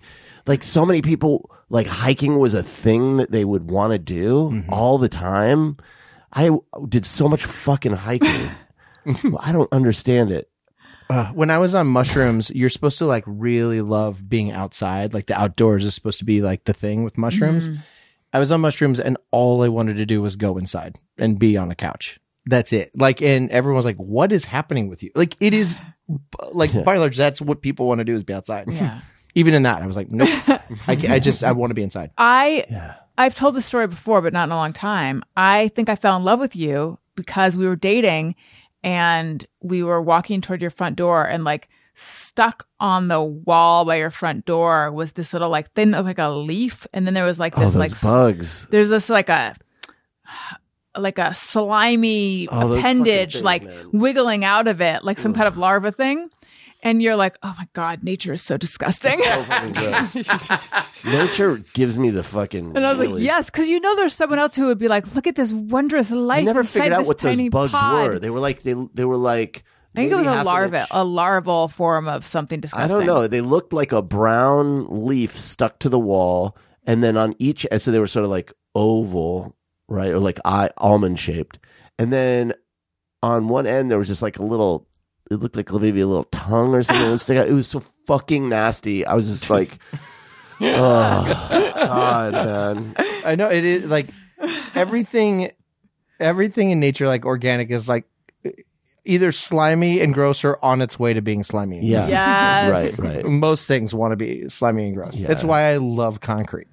A: like so many people like hiking was a thing that they would want to do
C: Mm-hmm.
A: all the time. I w- did so much fucking hiking. Well, I don't understand it.
E: Uh, when I was on mushrooms, you're supposed to like really love being outside. Like the outdoors is supposed to be like the thing with mushrooms. I was on mushrooms and all I wanted to do was go inside and be on a couch. That's it. Like, and everyone's like, what is happening with you? Like, it is like by and large, that's what people want to do is be outside.
C: Yeah.
E: Even in that, I was like, nope. I, ca- I just, I want to be inside.
C: I I've told this story before, but not in a long time. I think I fell in love with you because we were dating and we were walking toward your front door and like stuck on the wall by your front door was this little like thin like a leaf and then there was like
A: Oh,
C: this
A: those
C: like s-
A: bugs.
C: there's this like a like a slimy
A: Oh, those fucking
C: appendage
A: things,
C: like
A: man.
C: wiggling out of it like some kind of larva thing and you're like oh my god nature is so disgusting
A: So fucking gross. nature gives me the fucking.
C: And I was like,
A: willies.
C: yes, because you know there's someone else who would be like, look at this wondrous life.
A: I never
C: inside
A: figured out
C: this
A: what those
C: tiny
A: bugs
C: pod.
A: were. They were like they they were like.
C: I think it was
A: maybe half
C: a
A: an
C: larva, Oh,
A: inch.
C: a larval form of something
A: I
C: disgusting.
A: don't know. They looked like a brown leaf stuck to the wall, and then on each, and so they were sort of like oval, right, or like eye, almond shaped, and then on one end there was just like a little. It looked like maybe a little tongue or something that would stick out. It was so fucking nasty. I was just like, oh god, man.
E: I know it is like everything, everything in nature, like organic, is like either slimy and gross or on its way to being slimy. and
A: Yeah.
C: Yes.
A: Right, right.
E: Most things want to be slimy and gross.
A: Yeah.
E: That's why I love concrete.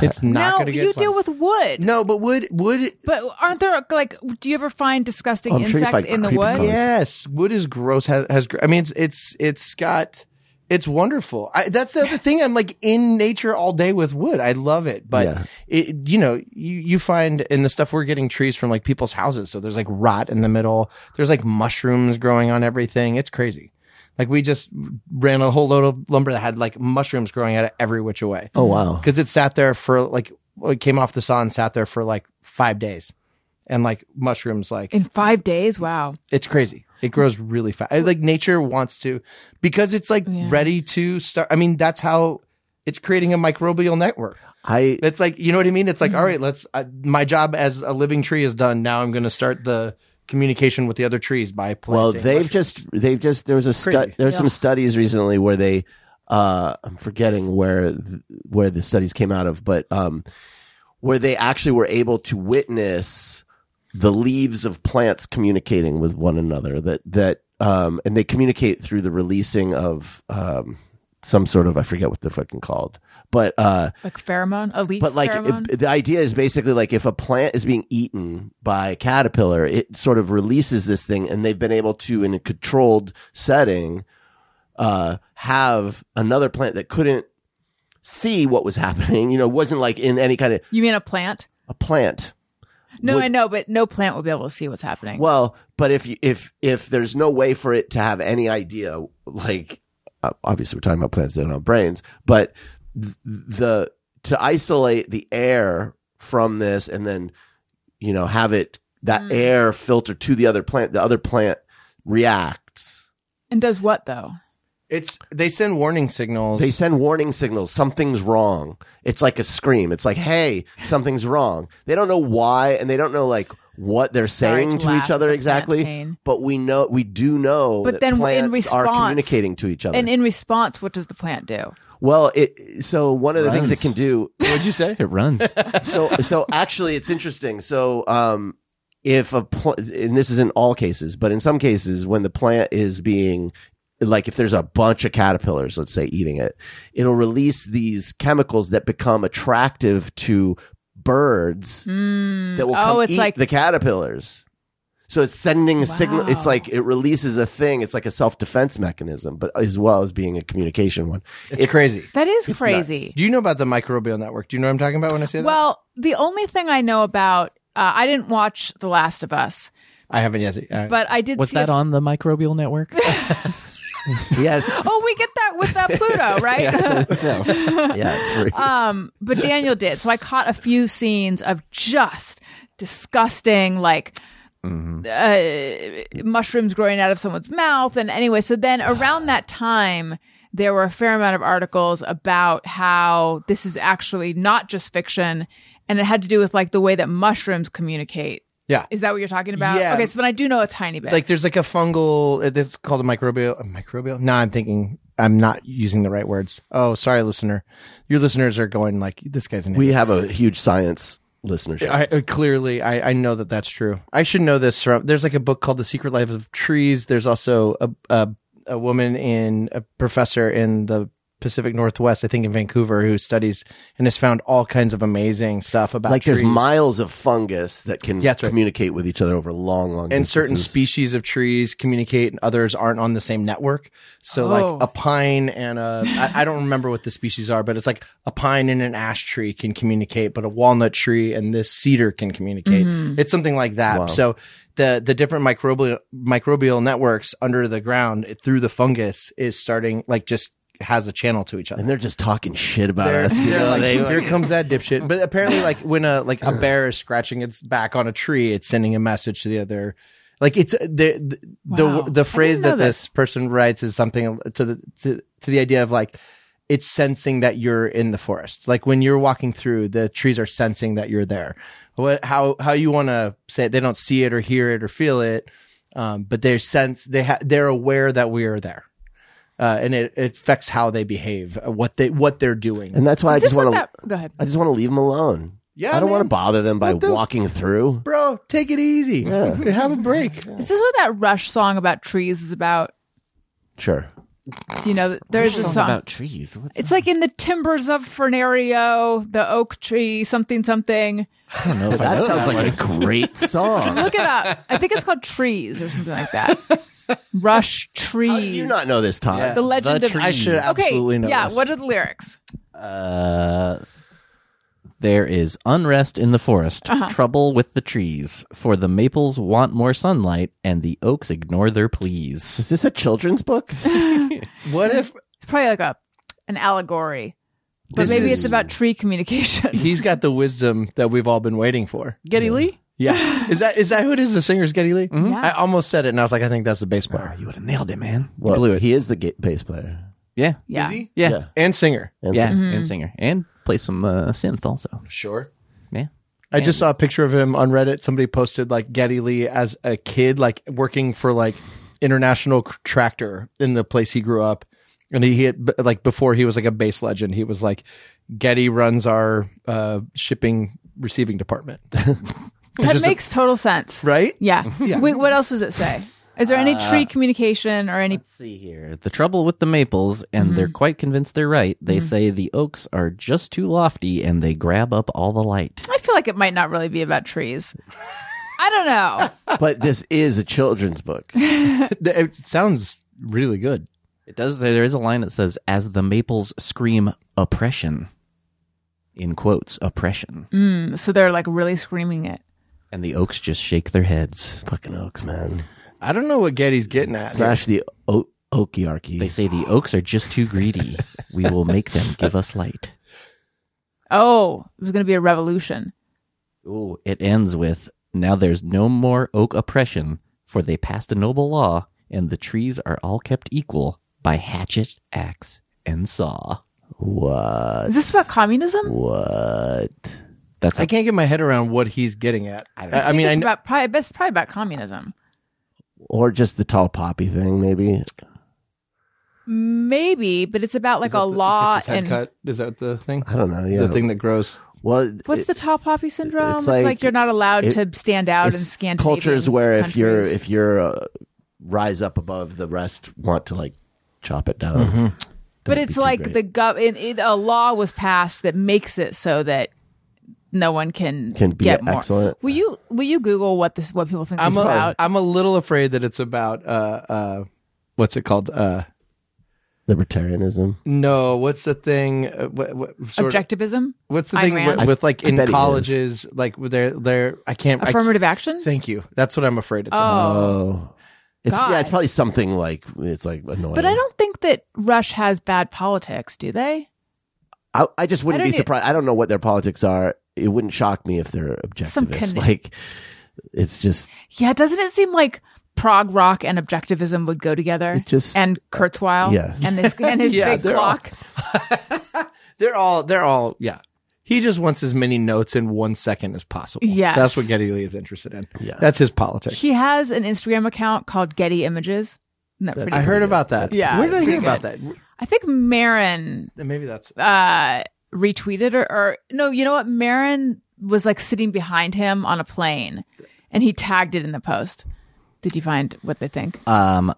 E: it's not
C: Now
E: going to get
C: you
E: slimy.
C: deal with wood,
E: no, but wood, wood,
C: but aren't there like? Do you ever find disgusting
A: Oh, I'm sure you
C: insects
A: find
C: in the
A: creepy
C: wood?
A: bugs.
E: yes, wood is gross. Has, has gr- I mean, it's it's it's got it's wonderful. I, that's the other thing. I'm like in nature all day with wood. I love it, but
A: Yeah.
E: it you know you you find in the stuff we're getting trees from like people's houses. So there's like rot in the middle. There's like mushrooms growing on everything. It's crazy. Like we just ran a whole load of lumber that had like mushrooms growing out of every which way.
A: Oh wow.
E: because it sat there for like well, it came off the saw and sat there for like five days, and like mushrooms like
C: In five days, wow.
E: it's crazy. It grows really fast. Like nature wants to because it's like
C: Yeah.
E: ready to start. I mean, that's how it's creating a microbial network.
A: I
E: It's like you know what I mean. It's
C: Mm-hmm.
E: like all right, let's. I, my job as a living tree is done. Now I'm going to start the communication with the other trees by planting.
A: Well, they've
E: mushrooms.
A: just they've just there was a stu-
E: Crazy.
A: there's some studies recently where they uh, I'm forgetting where th- where the studies came out of, but um, where they actually were able to witness the leaves of plants communicating with one another. That that um, and they communicate through the releasing of um, some sort of I forget what they're fucking called, but uh,
C: like pheromone, a leaf
A: but like
C: pheromone.
A: it, the idea is basically like if a plant is being eaten by a caterpillar, it sort of releases this thing, and they've been able to, in a controlled setting, uh, have another plant that couldn't see what was happening. You know, wasn't like in any kind of
C: you mean a plant?
A: a plant.
C: No,
A: Would-
C: I know, but no plant will be able to see what's happening.
A: Well, but if you, if if there's no way for it to have any idea, like uh, obviously we're talking about plants that don't have brains, but th- the to isolate the air from this and then you know have it that air filter to the other plant, the other plant reacts.
C: and does what though?
E: It's they send warning signals.
A: They send warning signals. Something's wrong. It's like a scream. It's like, hey, something's wrong. They don't know why, and they don't know like what they're
C: Sorry
A: saying
C: to
A: to,
C: laugh
A: each other
C: at the plant
A: exactly.
C: pain.
A: But we know we do know
C: But
A: that
C: then in
A: plants are
C: response-
A: communicating to each other.
C: And in response, what does the plant do?
A: well, it so one of the things it
D: Runs.
A: can do
D: What'd you say? It runs.
A: so so actually it's interesting so um if a pl- and this is in all cases but in some cases when the plant is being like if there's a bunch of caterpillars let's say eating it it'll release these chemicals that become attractive to birds that will
C: Oh,
A: come
C: it's
A: eat
C: like-
A: the caterpillars so it's sending a signal it's
C: Wow.
A: like it releases a thing it's like a self-defense mechanism but as well as being a communication one
E: it's, crazy.
C: That is
A: It's
C: crazy.
E: Do you know about the microbial network? Do you know what I'm talking about when I say that?
C: Well, the only thing I know about, uh, I didn't watch The Last of Us,
E: I haven't yet. uh,
C: but I did
D: Was
C: see a-
D: that on the microbial network?
A: yes
C: Oh, we get that with that Pluto, right?
A: yeah it's free
D: Uh,
C: um, but Daniel did. So I caught a few scenes of just disgusting, like uh, mushrooms growing out of someone's mouth. And anyway, so then around that time, there were a fair amount of articles about how this is actually not just fiction, and it had to do with like the way that mushrooms communicate.
E: yeah.
C: Is that what you're talking about?
E: Yeah.
C: Okay, so then I do know a tiny bit.
E: like there's like a fungal it's called a microbial a microbial no i'm thinking i'm not using the right words oh sorry listener your listeners are going like this guy's an
A: we
E: idiot.
A: have a huge science listenership
E: I, I- clearly I, I know that that's true i should know this from there's like a book called the secret life of trees there's also a a, a woman in a professor in the pacific northwest i think in vancouver who studies and has found all kinds of amazing stuff about
A: like
E: trees.
A: there's miles of fungus that can
E: Yeah, that's right.
A: communicate with each other over long, long
E: and certain
A: distances.
E: species of trees communicate and others aren't on the same network so
C: Oh.
E: like a pine and a I, I don't remember what the species are but it's like a pine and an ash tree can communicate but a walnut tree and this cedar can communicate it's something like that
A: Wow.
E: so the the different microbial microbial networks under the ground through the fungus is starting like just has a channel to each other
A: and they're just talking shit about
E: they're,
A: us. you
E: they're
A: know,
E: like,
A: they-
E: here comes that dipshit. But apparently, like when a like a bear is scratching its back on a tree, it's sending a message to the other. Like it's uh, the the
C: Wow.
E: the,
C: I
E: the phrase
C: didn't know
E: that this person writes is something to the to, to the idea of like it's sensing that you're in the forest. Like when you're walking through, the trees are sensing that you're there. What how how you want to say it? They don't see it or hear it or feel it, um, but they sense they ha- they're aware that we are there. Uh, and it, it affects how they behave, uh, what they what they're doing.
A: and that's why I
C: Is this
A: just want
C: what
A: to.
C: that? Go ahead.
A: I just want to leave them alone.
E: Yeah,
A: I don't
E: man.
A: want to bother them by
E: What the-
A: walking through.
E: bro, take it easy. Have a break.
C: Is this what that Rush song about trees is about?
A: Sure,
C: Do you know, there's a song.
D: about trees. What's
C: It's like in the timbers of Fernario, the oak tree, something, something.
A: that sounds like a great song.
C: Look it up. I think it's called Trees or something like that. Rush
A: How do
C: Trees.
A: Oh, you not know this, Todd?
D: Yeah.
C: The Legend
D: The
C: of
D: Trees. I should
C: Okay,
E: absolutely know
C: Yeah,
E: this.
C: what are the lyrics?
D: Uh, there is unrest in the forest, trouble with the trees, for the maples want more sunlight, and the oaks ignore their pleas.
A: Is this a children's book?
E: What if
C: It's probably like a an allegory. But
E: This
C: maybe
E: is-
C: it's about tree communication.
E: he's got the wisdom that we've all been waiting for?
D: Getty Lee?
E: Yeah. Is that is that who it is? The singer is Getty Lee?
C: Yeah.
E: I almost said it and I was like, I think that's the bass player.
D: Ah, You would have nailed it, man.
A: Well,
D: you blew it.
A: he is the ga- bass player.
D: yeah.
C: yeah.
E: Is he?
D: Yeah.
A: Yeah.
D: Yeah.
E: And singer.
A: And so-
D: And singer. Mm-hmm. And play some uh, synth also.
E: Sure.
D: Yeah.
E: I just saw a picture of him on Reddit. Somebody posted like Getty Lee as a kid, like working for like International Tractor in the place he grew up. And he had, b- like, before he was like a base legend, he was like, Getty runs our uh, shipping receiving department.
C: That makes total sense.
E: right?
C: Yeah. Wait, what else does it say? Is there any tree communication or any?
D: Let's see here. The trouble with the maples, and they're quite convinced they're right, they say the oaks are just too lofty and they grab up all the light.
C: I feel like it might not really be about trees. I don't know.
A: But this is a children's book.
E: Th- It sounds really good.
D: It does. There is a line that says, as the maples scream oppression, in quotes, oppression.
C: Mm, So they're like really screaming it.
D: And the oaks just shake their heads.
A: Fucking oaks, man.
E: I don't know what Getty's getting at. here.
A: Smash the o- okiarchy.
D: They say the oaks are just too greedy. We will make them give us light.
C: Oh, there's going to be a revolution.
D: Ooh, it ends with now there's no more oak oppression, for they passed a noble law, and the trees are all kept equal by hatchet, axe, and saw.
A: What?
C: Is this about communism?
A: What?
D: That's
E: I can't get my head around what he's getting at. I,
D: don't
E: I mean, I
C: it's
E: know,
C: about probably, it's probably about communism.
A: Or just the tall poppy thing, maybe.
C: Maybe, but it's about like a law
E: Gets his head
C: and
E: cut. Is that the thing?
A: I don't know. Yeah.
E: The thing that grows.
A: well,
C: what's
A: it-
C: the tall poppy syndrome? It's,
A: like-
C: like, you're not allowed
A: it-
C: to stand out in
A: it's
C: Scandinavia.
A: cultures where if you're if you're uh, rise up above the rest, want to like chop it down.
E: Mm-hmm.
C: but it's like the gov it, it, a law was passed that makes it so that no one can
A: Can be
C: get more.
A: excellent.
C: Will you will you Google what this what people think
E: I'm
C: this is
E: a,
C: about?
E: I'm a little afraid that it's about uh uh what's it called uh
A: libertarianism.
E: no what's the thing uh, what, what, sort of-
C: Objectivism,
E: what's the
C: Ayn
E: thing
C: Rand?
E: with, with like
A: I
E: in
A: bet it is.
E: colleges like with their their I can't I-
C: affirmative action.
E: thank you that's what I'm afraid it's about.
C: oh,
A: Oh, it's yeah, it's
C: God.
A: probably something like it's like annoying.
C: but I don't think that Rush has bad politics, do they?
A: I, I just wouldn't
C: I
A: be
C: don't e-
A: surprised. I don't know what their politics are. It wouldn't shock me if they're
C: Some
A: objectivists.
C: kind of-
A: Like, it's just
C: Yeah, doesn't it seem like prog rock and objectivism would go together?
A: It just-
C: and Kurzweil,
A: Yes.
C: and this and his
E: Yeah,
C: big
E: they're all-
C: clock.
E: they're all they're all yeah he just wants as many notes in one second as possible
C: Yes.
E: that's what Getty Lee is interested in
A: Yeah.
E: that's his politics
C: He has an Instagram account called Getty Images. Isn't that pretty
E: I heard about that
C: Yeah,
E: where did I
C: pretty
E: hear about that
C: I think Marin
E: maybe that's
C: uh retweeted or, or no you know what marin was like sitting behind him on a plane and he tagged it in the post did you find what they think
A: Uh,
D: Um,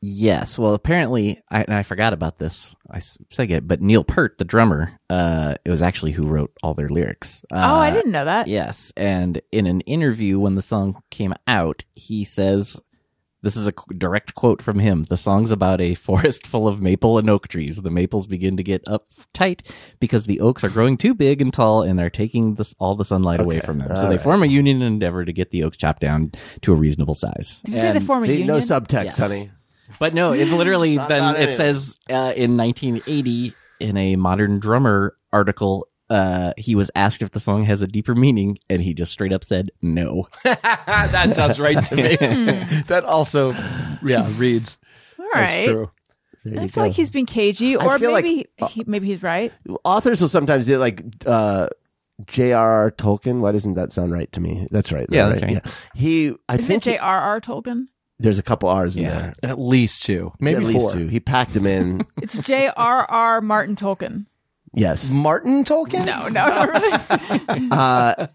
D: yes. Well, apparently, I, and I forgot about this. I s- said it, but Neil Peart, the drummer, uh, it was actually who wrote all their lyrics. Uh,
C: oh i didn't know that
D: Yes, and in an interview when the song came out, he says, "This is a qu- direct quote from him. The song's about a forest full of maple and oak trees. The maples begin to get uptight because the oaks are growing too big and tall and are taking this, all the sunlight away from them. So they form a union endeavor to get the oaks chopped down to a reasonable size."
C: did you say they
D: And-
C: form a
A: See,
C: union
A: no subtext,
D: Yes.
A: honey.
D: but no, it literally then
A: about
D: it
A: it.
D: says uh, in 1980 in a Modern Drummer article, uh, he was asked if the song has a deeper meaning, and he just straight up said no.
E: that sounds right to me. that also, yeah, reads.
C: Hmm. all
E: That's
C: right
E: true.
A: There
C: i
A: you
C: feel
A: go.
C: like he's being cagey
A: I
C: or
A: feel like- uh,
C: maybe he, maybe he's right
A: Authors will sometimes do like uh, J.R.R. Tolkien. Why doesn't that sound right to me? That's right.
D: Yeah, that's right.
A: Yeah. He, I
C: isn't it
A: think he-
C: j.r.r tolkien
A: there's a couple R's in there.
E: At least two, maybe
A: At
E: four.
A: least two. He packed them in.
C: it's j.r.r martin tolkien
A: yes.
E: Martin Tolkien.
C: no no really.
A: Uh,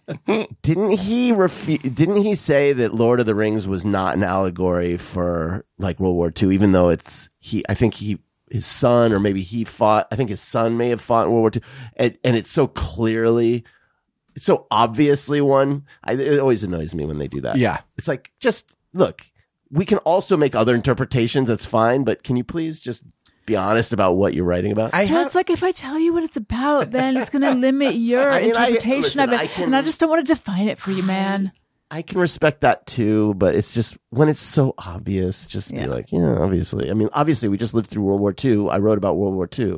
A: didn't he refu- Didn't he say that Lord of the Rings was not an allegory for like World War II, even though it's he? I think he his son, or maybe he fought. I think his son may have fought in World War II, and, and it's so clearly, it's so obviously one. I, it always annoys me when they do that.
E: Yeah,
A: it's like just look. We can also make other interpretations. That's fine, but can you please just be honest about what you're writing about?
E: I
C: No,
E: have.
C: it's like if I tell you what it's about, then it's going to limit your
A: I mean, I-
C: interpretation
A: listen,
C: of it,
A: I can-
C: and I just don't want to define it for you, man.
A: I can respect that too, but it's just when it's so obvious, just be
C: Yeah.
A: like, yeah, obviously. I mean, obviously, we just lived through World War II. I wrote about World War II,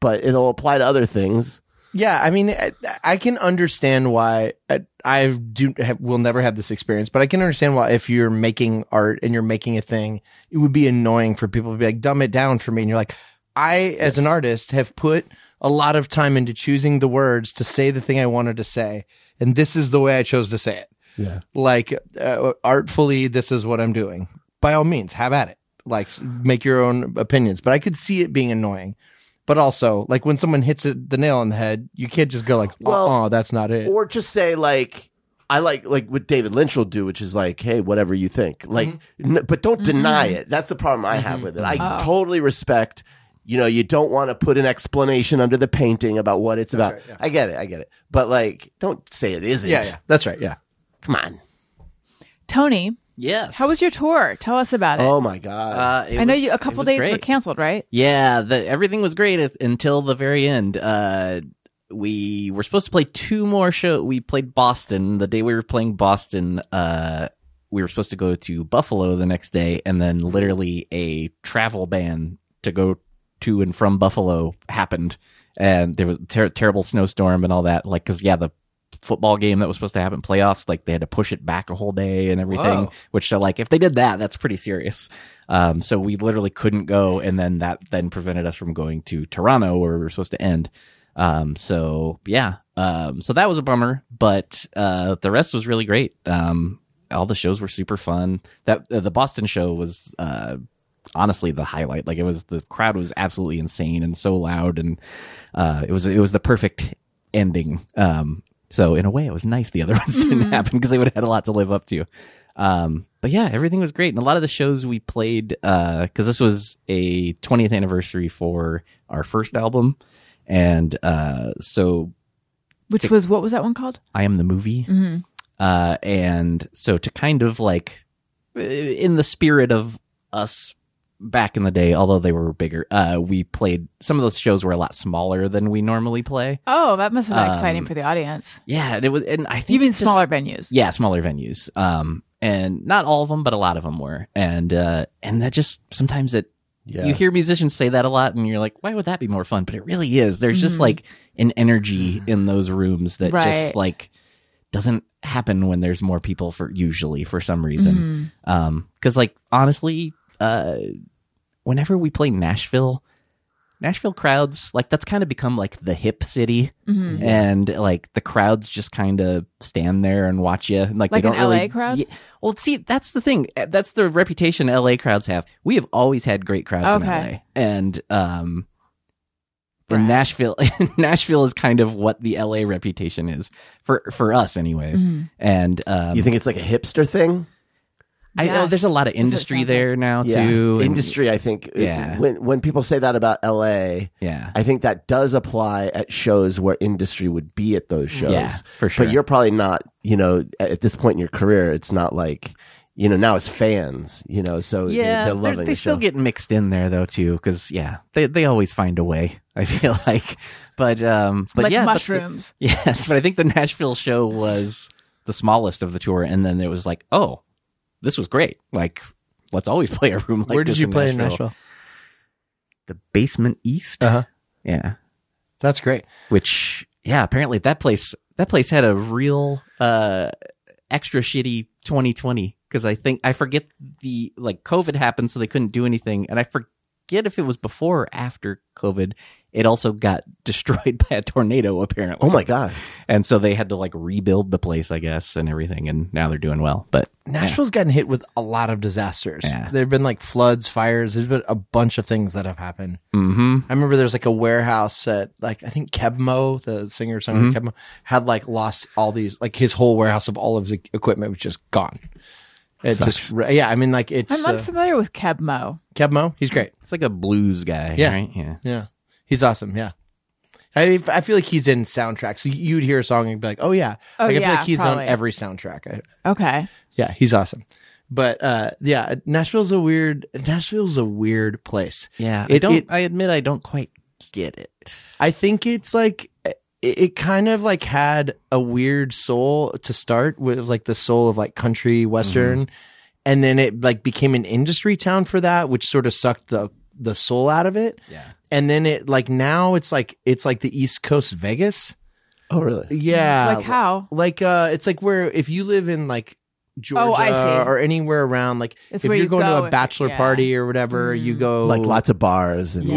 A: but it'll apply to other things.
E: Yeah, I mean, I, I can understand why. I, I do have, will never have this experience, but I can understand why if you're making art and you're making a thing, it would be annoying for people to be like, dumb it down for me. And you're like, I, as an artist, have put a lot of time into choosing the words to say the thing I wanted to say, and this is the way I chose to say it.
A: Yeah.
E: like uh, artfully this is what i'm doing by all means have at it like s- make your own opinions. But I could see it being annoying. But also, like when someone hits it, the nail on the head, you can't just go like, "Oh,
A: Well,
E: that's not it."
A: or just say like I like like what David Lynch will do, which is like, hey, whatever you think, like,
D: Mm-hmm.
A: n- but don't deny it. That's the problem I have with it. I totally respect. You know, you don't want to put an explanation under the painting about what it's about. I get it, I get it, but like, don't say it isn't.
E: yeah, yeah, that's right. Yeah,
A: Come on.
C: Tony,
D: Yes.
C: how was your tour? Tell us about it.
A: Oh my god.
D: Uh, it
C: I know
D: was-
C: you, a
D: it
C: couple
D: was
C: dates were
D: great.
C: canceled, right?
D: Yeah, the, everything was great at, until the very end. Uh, we were supposed to play two more shows. We played Boston the day we were playing Boston. Uh, we were supposed to go to Buffalo the next day, and then literally a travel ban to go to and from Buffalo happened, and there was a ter- terrible snowstorm and all that. Like, because yeah, the football game that was supposed to happen playoffs like they had to push it back a whole day and everything
E: Whoa.
D: which so like if they did that that's pretty serious um so we literally couldn't go and then that then prevented us from going to toronto where we were supposed to end um so yeah um so that was a bummer but uh the rest was really great um all the shows were super fun that uh, the boston show was uh honestly the highlight like it was the crowd was absolutely insane and so loud and uh it was it was the perfect ending um so in a way it was nice the other ones didn't happen because they would have had a lot to live up to um but yeah everything was great and a lot of the shows we played uh because this was a 20th anniversary for our first album and uh so
C: Which was what was that one called?
D: I am the movie.
C: Mm-hmm.
D: Uh, and so to kind of like, uh, in the spirit of us back in the day, although they were bigger, uh, we played some of those shows were a lot smaller than we normally play.
C: Oh, that must have been
D: Um,
C: exciting for the audience.
D: Yeah, and it was, and I think
C: You mean
D: it's just-
C: smaller venues?
D: yeah, smaller venues. Um, and not all of them, but a lot of them were. And uh, and that just sometimes it.
A: Yeah.
D: You hear musicians say that a lot, and you're like, why would that be more fun? But it really is. There's just like an energy in those rooms that
C: Right.
D: just like doesn't happen when there's more people for usually for some reason. Um, because like honestly, uh, whenever we play Nashville, Nashville crowds like that's kind of become like the hip city,
C: Mm-hmm.
D: and like the crowds just kind of stand there and watch you. And, like
C: Like
D: they
C: an
D: don't really,
C: LA crowd?
D: Yeah. Well, see, that's the thing. Uh, That's the reputation LA crowds have. We have always had great crowds in LA,
C: Okay.
D: and um, and
C: Brag.
D: Nashville, Nashville is kind of what the LA reputation is for for us, anyways.
C: Mm-hmm.
D: And um,
A: you think it's like a hipster thing?
D: I, oh,
C: Yes.
D: there's a lot of
C: That's what it
D: industry
C: sounds
D: there now too. and-
A: Industry, I think.
D: Yeah.
A: When when people say that about LA,
D: yeah.
A: I think that does apply at shows where industry would be at those shows.
D: Yeah, for sure.
A: But you're probably not, you know, at at this point in your career, it's not like, you know, now it's fans, you know, so
D: yeah,
A: they're,
D: they're-
A: they're loving
D: they
A: the
D: still
A: show.
D: get mixed in there though too, because yeah, they they always find a way. I feel like, but um, but
C: like
D: yeah, but the-
C: mushrooms.
D: yes, but I think the Nashville show was the smallest of the tour, and then it was like, oh, this was great. Like, let's always play a room like
E: where did
D: this
E: you play in
D: Nashville.
E: Nashville?
D: The Basement East.
E: Uh huh.
D: Yeah,
E: That's great.
D: which yeah, apparently that place that place had a real uh extra shitty 2020 because I think I forget the like COVID happened, so they couldn't do anything, and I forget if it was before or after COVID. It also got destroyed by a tornado, apparently.
A: oh my God.
D: And so they had to like rebuild the place, I guess, and everything. And now they're doing well. But
E: Nashville's gotten hit with a lot of disasters.
D: Yeah.
E: There have been like floods, fires. There's been a bunch of things that have happened.
D: mm-hmm.
E: I remember there's like a warehouse at like I think Kebmo, the singer songwriter Kebmo, had like lost all these like his whole warehouse of all of his e- equipment was just gone. It just re- yeah, I mean like it's
C: I'm
E: uh,
C: unfamiliar with Kebmo.
E: Kebmo. He's great.
D: it's like a blues guy,
E: Yeah.
D: right? Yeah.
E: Yeah, he's awesome. Yeah. I, I feel like he's in soundtracks. You would hear a song and be like, "Oh yeah!"
C: Oh,
E: like, I feel
C: yeah,
E: like he's
C: probably.
E: on every soundtrack. I,
C: Okay.
E: yeah, he's awesome. But uh, yeah, Nashville's a weird. Nashville's a weird place.
D: Yeah. I
E: It-
D: don't,
E: it-
D: I admit I don't quite get it.
E: I think it's like it, it kind of like had a weird soul to start with, like the soul of like country western, and then it like became an industry town for that, which sort of sucked the the soul out of it.
D: Yeah.
E: And then it like now it's like it's like the East Coast Vegas.
A: Oh, really?
E: Yeah,
C: like how?
E: Like uh, it's like where if you live in like. Georgia
C: Oh, I see.
E: or anywhere around, like
C: It's
E: if
C: where
E: you're
C: you
E: going
C: go
E: to a
C: if-
E: bachelor
C: yeah. Mm.
E: party or whatever, you
D: Oh.
E: go
A: Like lots of bars and
E: yeah.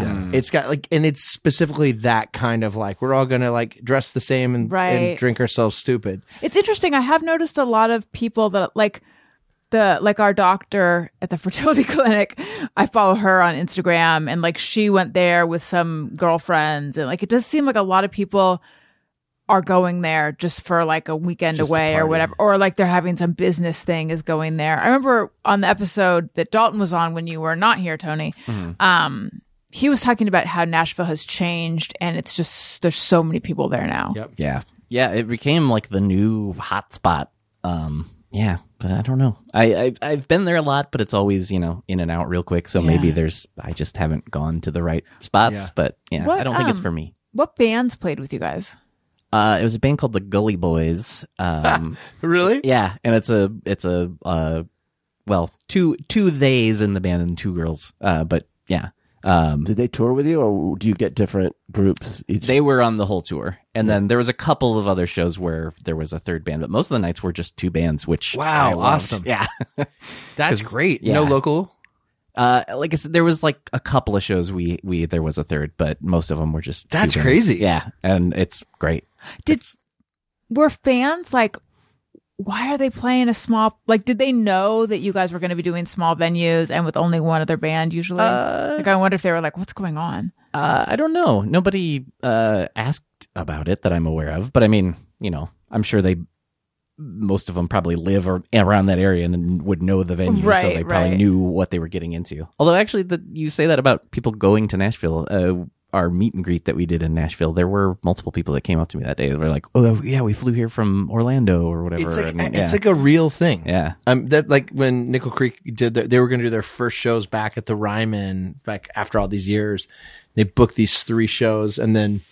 A: lots of. Yeah.
E: It's got like, and it's specifically that kind of like, we're all going to like dress the same and, and
C: Right.
E: drink ourselves stupid.
C: It's interesting. I have noticed a lot of people that like the like our doctor at the fertility clinic, I follow her on Instagram and like she went there with some girlfriends and like it does seem like a lot of people are going there just for like a weekend
D: Just to
C: away or
D: party.
C: whatever or like they're having some business thing is going there. I remember on the episode that Dalton was on when you were not here, Tony.
D: Mm-hmm.
C: Um he was talking about how Nashville has changed and it's just there's so many people there now.
E: Yep.
D: Yeah. Yeah, it became like the new hotspot. Um yeah, but I don't know. I, I I've been there a lot, but it's always, you know, in and out real quick. So maybe there's I just haven't gone to the right spots,
E: Yeah.
D: but yeah,
C: What,
D: I don't think it's
C: um,
D: for me.
C: What bands played with you guys?
D: Uh it was a band called the Gully Boys. Um
E: Really?
D: yeah, and it's a it's a uh well, two two theys in the band and two girls. Uh but yeah. Um
A: Did they tour with you, or do you get different groups each?
D: They were on the whole tour, and then there was a couple of other shows where there was a third band, but most of the nights were just two bands. Which
E: Wow,
D: I loved.
E: awesome.
D: Yeah,
E: That's
D: 'Cause-
E: great.
D: yeah.
E: No local.
D: uh, like I said, there was like a couple of shows we we there was a third, but most of them were just two
E: That's
D: bands.
E: crazy.
D: Yeah, and it's great.
C: Did were fans like why are they playing a small like did they know that you guys were going to be doing small venues and with only one other band usually like i wonder if they were like what's going on
D: Uh, I don't know. Nobody uh, asked about it that I'm aware of, but I mean, you know, I'm sure they most of them probably live or around that area and would know the venue, so
C: Right,
D: they probably
C: right.
D: knew what they were getting into. Although, actually, that you say that about people going to Nashville. Uh, our meet and greet that we did in Nashville, there were multiple people that came up to me that day. They were like, "Oh, yeah, we flew here from Orlando or whatever."
E: It's like
D: and, yeah.
E: it's like a real thing.
D: yeah.
E: Um, that like when Nickel Creek did, their, they were going to do their first shows back at the Ryman, back after all these years. They booked these three shows, and then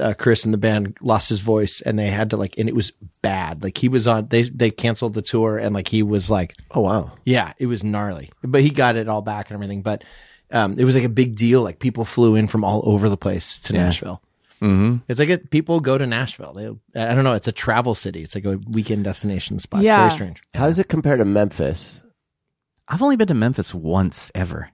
E: uh, Chris and the band lost his voice, and they had to like, and it was bad. Like he was on, they they canceled the tour, and like he was like,
A: oh wow,
E: yeah, it was gnarly, but he got it all back and everything. But um, it was like a big deal. Like people flew in from all over the place to Nashville. Mm-hmm. It's like it, people go to Nashville. They, I don't know. It's a travel city. It's like a weekend destination spot.
C: Yeah.
E: It's very strange.
A: how does it compare to Memphis?
D: I've only been to Memphis once ever,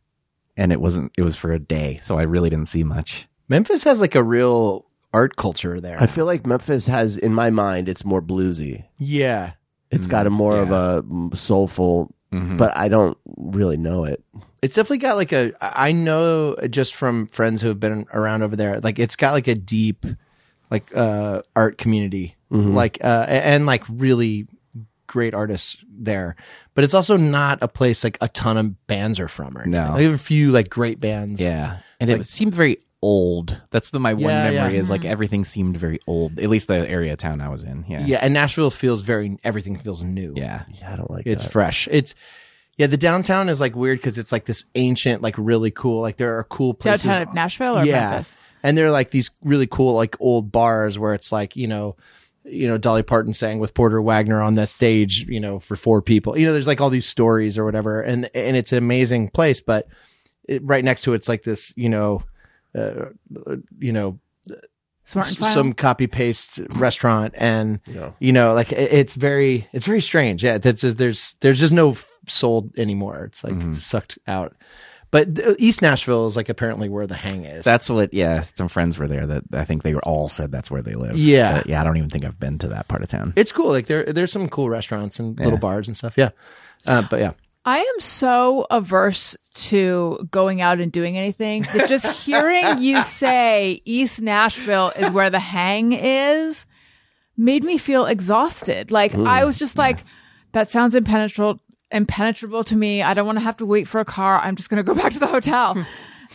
D: and it wasn't. It was for a day, so I really didn't see much.
E: Memphis has like a real art culture there.
A: I feel like Memphis has, in my mind, it's more bluesy.
E: yeah.
A: It's got a
D: Mm-hmm.
A: more of a mm, soulful, but I don't really know it.
E: It's definitely got like a, I know just from friends who have been around over there, like it's got like a deep, like, uh, art community,
D: Mm-hmm.
E: like, uh, a- and like really great artists there. But it's also not a place like a ton of bands are from or anything.
D: No.
E: Like, there are a few like great bands.
D: Yeah, and it seemed very old. That's the my one
E: Yeah,
D: memory
E: yeah.
D: is like everything seemed very old. At least the area of town I was in. Yeah,
E: Yeah. And Nashville feels very, everything feels new.
D: yeah.
A: Yeah, I don't like
E: It's
A: that.
E: fresh. It's yeah. The downtown is like weird because it's like this ancient, like really cool. Like there are cool places.
C: downtown of nashville or memphis
E: and there are like these really cool, like old bars where it's like you know, you know Dolly Parton sang with Porter Wagner on that stage, you know, for four people. You know, there's like all these stories or whatever, and and it's an amazing place. But it, right next to it's like this, you know, uh, you know,
C: smart and
E: s-
C: Final?
E: some copy paste restaurant and you know like it- it's very it's very strange yeah that's there's there's just no f- soul anymore it's like sucked out but th- east nashville is like apparently where the hang is
D: That's what. Yeah, some friends were there that I think they were all said that's where they live.
E: Yeah.
D: But yeah. I don't even think I've been to that part of town.
E: it's cool like there there's some cool restaurants and little bars and stuff yeah uh, but yeah
C: i am so averse to going out and doing anything that just hearing you say east nashville is where the hang is made me feel exhausted. Like I
D: Mm,
C: was just like, that sounds impenetrable impenetrable to me. I don't want to have to wait for a car. I'm just gonna go back to the hotel.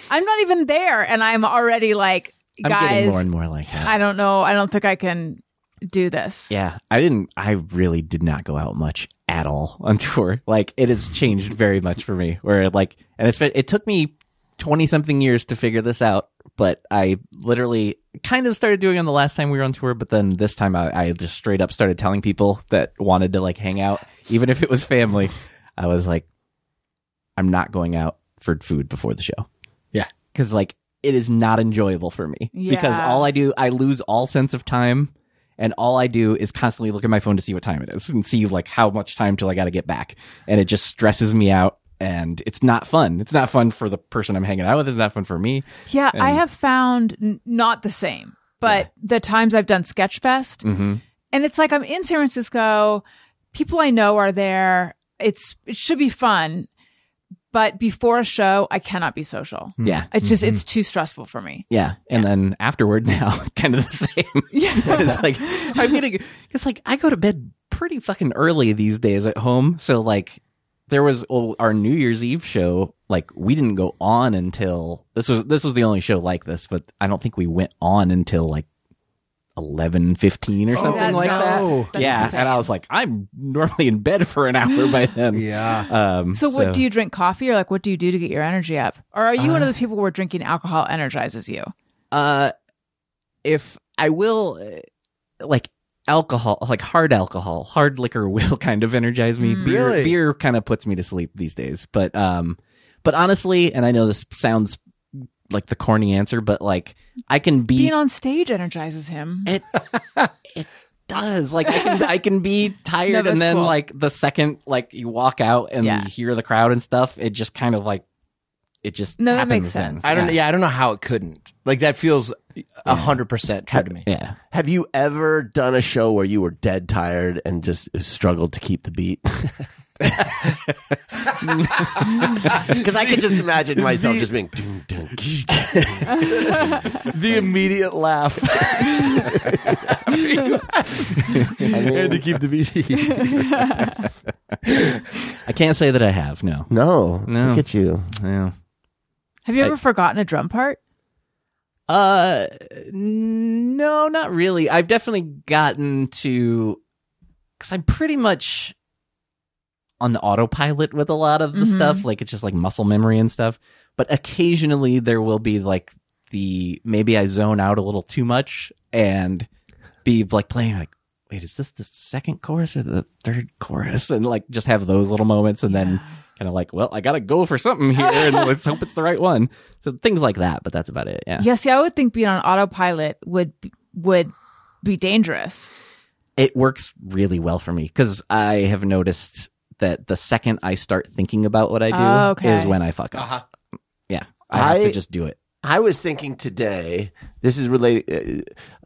C: I'm not even there and I'm already like,
D: I'm getting
C: guys,
D: more and more like that.
C: I don't know. I don't think I can do this.
D: Yeah, I didn't. I really did not go out much at all on tour. Like it has changed very much for me. Where like, and it's been, it took me twenty something years to figure this out. But I literally kind of started doing it on the last time we were on tour. But then this time I, I just straight up started telling people that wanted to like hang out, even if it was family. I was like, I'm not going out for food before the show
E: yeah
D: because like it is not enjoyable for me because
C: Yeah.
D: all I do I lose all sense of time and all I do is constantly look at my phone to see what time it is and see like how much time till I got to get back and it just stresses me out and it's not fun it's not fun for the person I'm hanging out with it's not fun for me
C: Yeah, I have found n- not the same, but the times I've done
D: Mm-hmm.
C: Sketchfest, and it's like I'm in San Francisco, people I know are there. it's it should be fun, but before a show, I cannot be social.
D: Yeah.
C: It's just
D: Mm-hmm.
C: it's too stressful for me.
D: Yeah. And then afterward now, kind of the same.
C: Yeah.
D: it's like I'm gonna it's like I go to bed pretty fucking early these days at home. So like there was well, our New Year's Eve show, like we didn't go on until this was this was the only show like this, but I don't think we went on until like eleven fifteen or something
C: That
D: like
C: sounds-
D: that.
C: Oh, that's
D: Yeah.
C: insane.
D: And I was like, I'm normally in bed for an hour by then.
E: Yeah.
D: Um
C: So what do you drink coffee or like what do you do to get your energy up? Or are you one of those people where drinking alcohol energizes you?
D: Uh, if I will, uh, like alcohol, like hard alcohol, hard liquor will kind of energize me.
C: Mm.
D: Beer,
E: Really?
D: beer kind of puts me to sleep these days. But um, but honestly, and I know this sounds like the corny answer, but like I can be
C: Being on stage energizes him.
D: it it does like i can i can be tired
C: that's
D: and then
C: cool.
D: like the second like you walk out and
C: Yeah.
D: you hear the crowd and stuff it just kind of like it just
C: No, that
D: happens
C: makes
D: then.
C: sense.
E: I don't. Yeah, I don't know how it couldn't. Like that feels a hundred percent true to me.
D: yeah
A: Have you ever done a show where you were dead tired and just struggled to keep the beat? Because I could just imagine myself just being. dun, dun, ksh, ksh.
E: The immediate laugh.
A: had to keep the E. beat.
D: i can't say that i have no
A: no,
D: No.
A: look at you.
D: yeah
C: Have you ever
D: I-
C: forgotten a drum part?
D: Uh, no, not really. I've definitely gotten to because I'm pretty much on autopilot with a lot of the stuff. Like it's just like muscle memory and stuff. But occasionally there will be like the maybe I zone out a little too much and be like playing like. Wait, is this the second chorus or the third chorus? And like just have those little moments and then kind of like, well, I gotta go for something here and let's hope it's the right one. So things like that, but that's about it. Yeah.
C: Yeah, see, I would think being on autopilot would would be dangerous.
D: it works really well for me because I have noticed that the second I start thinking about what I do
C: Oh, okay.
D: is when I fuck up.
E: Uh-huh.
D: Yeah, I, have
A: I-
D: to just do it.
A: I was thinking today. This is related uh,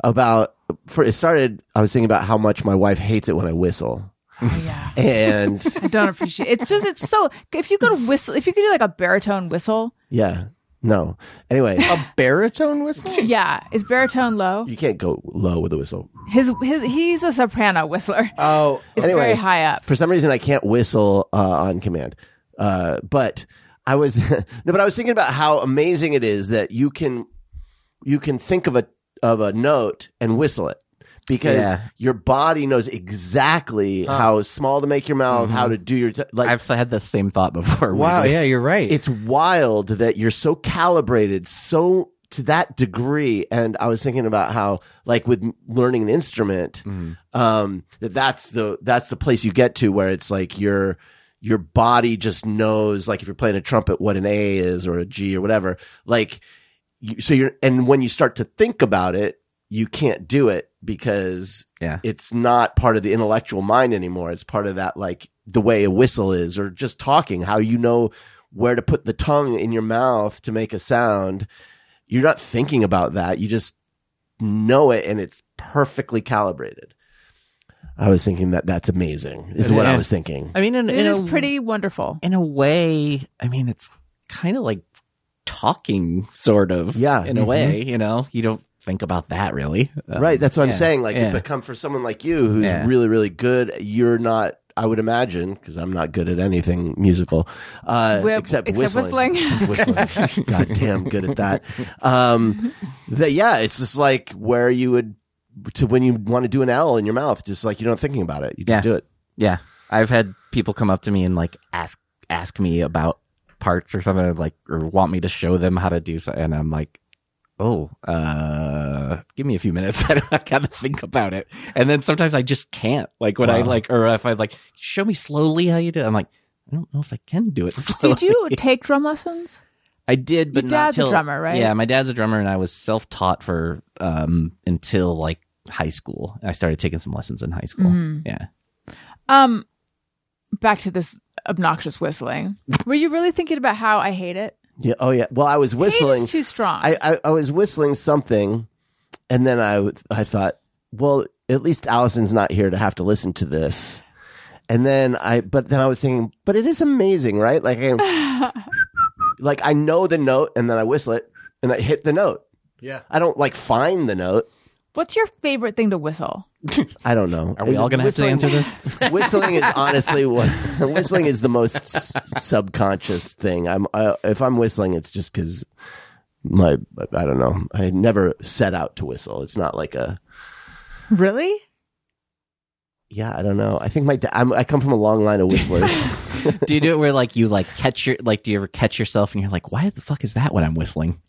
A: about. For it started, I was thinking about how much my wife hates it when I whistle,
C: yeah.
A: and
C: I don't appreciate It's just it's so if you could whistle if you could do like a baritone whistle.
A: yeah, no. Anyway,
E: a baritone whistle.
C: Yeah. Is baritone low?
A: you can't go low with a whistle.
C: His his he's a soprano whistler.
E: Oh,
C: It's
A: Uh, Anyway.
C: very high up.
A: for some reason I can't whistle uh, on command. Uh, but I was no, but I was thinking about how amazing it is that you can you can think of a of a note and whistle it because
D: Yeah.
A: your body knows exactly how small to make your mouth, how to do your t- like.
D: Mm-hmm. I've had the same thought before.
E: wow.
D: weirdly.
E: Yeah, you're right.
A: it's wild that you're so calibrated so to that degree and i was thinking about how like with m- learning an instrument um that that's the that's the place you get to where it's like your your body just knows like if you're playing a trumpet what an a is or a g or whatever like you, so you're and when you start to think about it you can't do it because
D: Yeah.
A: it's not part of the intellectual mind anymore it's part of that like the way a whistle is or just talking how you know where to put the tongue in your mouth to make a sound you're not thinking about that you just know it and it's perfectly calibrated i was thinking that that's amazing is
E: It
A: what i
E: is.
A: was thinking
D: I mean, in,
C: It
D: in
C: is
D: a,
C: pretty wonderful.
D: In a way, I mean, it's kind of like talking, sort of.
A: Yeah.
D: In a
A: Mhm.
D: way, you know, you don't think about that really. Um,
A: right that's what i'm
D: yeah,
A: saying like
D: yeah.
A: but come for someone like you who's
D: Yeah.
A: really really good you're not i would imagine because i'm not good at anything musical uh,
C: Whip-
A: except,
C: except
A: whistling,
C: whistling.
A: Except whistling. god damn good at that um that yeah it's just like where you would to when you want to do an l in your mouth just like you're not thinking about it you just
D: Yeah.
A: do it
D: Yeah. I've had people come up to me and like ask ask me about parts or something like or want me to show them how to do something and I'm like, "Oh, uh give me a few minutes. I, don't- I got to think about it." And then sometimes I just can't. Like when I
A: Wow.
D: like or if I like, "Show me slowly how you do." it," I'm like, "I don't know if I can do it." Slowly.
C: Did you take drum lessons?
D: I did, but
C: Your
D: not
C: dad's a
D: till-
C: drummer, right?
D: Yeah, my dad's a drummer, and I was self taught for um until like high school. I started taking some lessons in high school.
C: Mm-hmm.
D: Yeah,
C: Um back to this obnoxious whistling. Were you really thinking about how I hate it?
A: yeah oh yeah well i was
C: Hate
A: whistling
C: is too strong.
A: I, I i was whistling something and then i w- i thought well at least allison's not here to have to listen to this And then I, but then I was thinking, but it is amazing, right? Like, I, like I know the note, and then I whistle it, and I hit the note.
E: Yeah.
A: I don't like find the note.
C: What's your favorite thing to whistle?
A: I don't know.
D: Are we all going to have to
A: Whistling-
D: answer this?
A: Whistling is honestly what whistling is the most s- subconscious thing. I'm I, if I'm whistling, it's just because my I don't know. I never set out to whistle. It's not like a
C: Really?
A: yeah. I don't know. I think my da- I'm, I come from a long line of whistlers.
D: do you do it where like you like catch your like do you ever catch yourself and you're like why the fuck is that when i'm whistling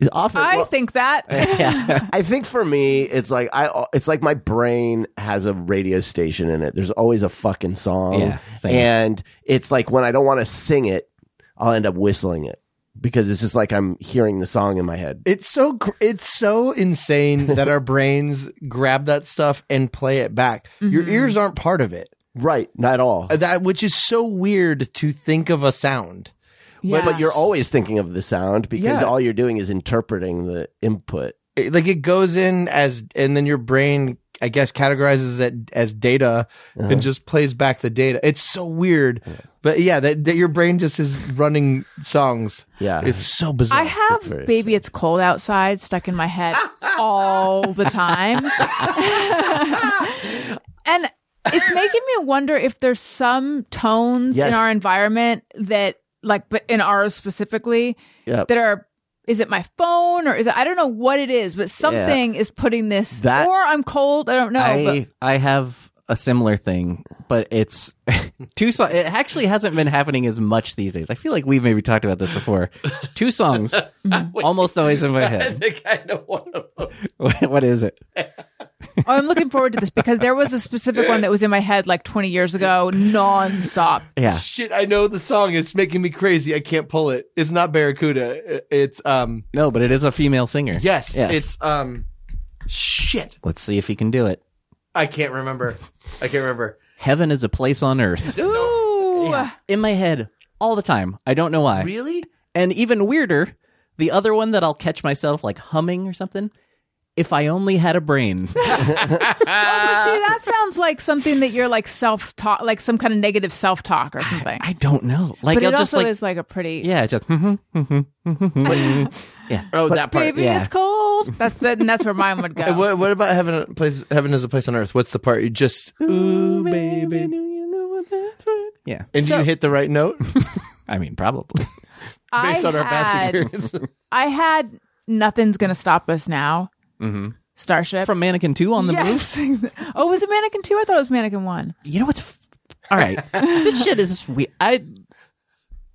A: It's Often,
C: I
A: well,
C: think that.
D: yeah
A: I think for me, it's like I it's like my brain has a radio station in it. There's always a fucking song,
D: Yeah, same.
A: and it's like when I don't want to sing it, I'll end up whistling it because it's just like I'm hearing the song in my head.
E: It's so gr- it's so insane that our brains grab that stuff and play it back. Your ears aren't part of it.
A: Right, not at all.
E: Uh, That which is so weird to think of a sound.
C: Yeah.
A: But you're always thinking of the sound because
E: Yeah.
A: all you're doing is interpreting the input.
E: It- like it goes in as and then your brain I guess categorizes it as data and just plays back the data. It's so weird. But yeah, that, that your brain just is running songs.
A: Yeah.
E: It's so bizarre.
C: I have
A: very
C: Baby It's Cold Outside stuck in my head all the time. and it's making me wonder if there's some tones
A: Yes.
C: in our environment that like but in ours specifically
A: Yeah.
C: that are is it my phone or is it I don't know what it is, but something is putting this
A: That-
C: or I'm cold, I don't
F: Oh,
C: know. but-
D: i i have a similar thing but it's two songs it actually hasn't been happening as much these days i feel like we've maybe talked about this before two songs almost always in my
F: I
D: head
F: think I know one of them.
D: What- what is it
C: Oh, I'm looking forward to this because there was a specific one that was in my head like 20 years ago, nonstop.
D: yeah
E: Shit, I know the song. It's making me crazy. I can't pull it. It's not Barracuda. I- It's um
D: no but it is a female singer
E: yes,
D: Yes.
E: it's um shit.
D: let's see if he can do it
E: I can't remember. I can't remember.
D: heaven is a place on earth
C: Ooh.
D: in my head all the time i don't know why
E: Really?
D: And even weirder, the other one that I'll catch myself like humming or something. If I only had a brain.
C: Oh, See,
D: Uh,
C: that sounds like something that you're like self talk, like some kind of negative self talk or something.
D: I don't know. Like
C: but it
D: I'll just
C: also
D: like
C: is like a pretty.
D: yeah, just mhm, mhm, mhm, mhm.
E: Oh, that part.
C: Baby,
D: yeah.
C: it's cold. That's it, and that's where mine would go.
E: Uh, What, what about heaven? a Place heaven is a place on earth. What's the part? You just ooh baby,
D: do you know what that's worth? Yeah,
E: and
C: So-
E: you hit the right note
D: I mean probably.
E: based
C: I
E: on our past
C: had-
E: experience.
C: I had nothing's gonna stop us now. Starship
D: Mm-hmm. From Mannequin Two on the move.
C: yes. oh, was it Mannequin Two? I thought it was Mannequin One.
D: You know what's? F- All right, this shit is we. I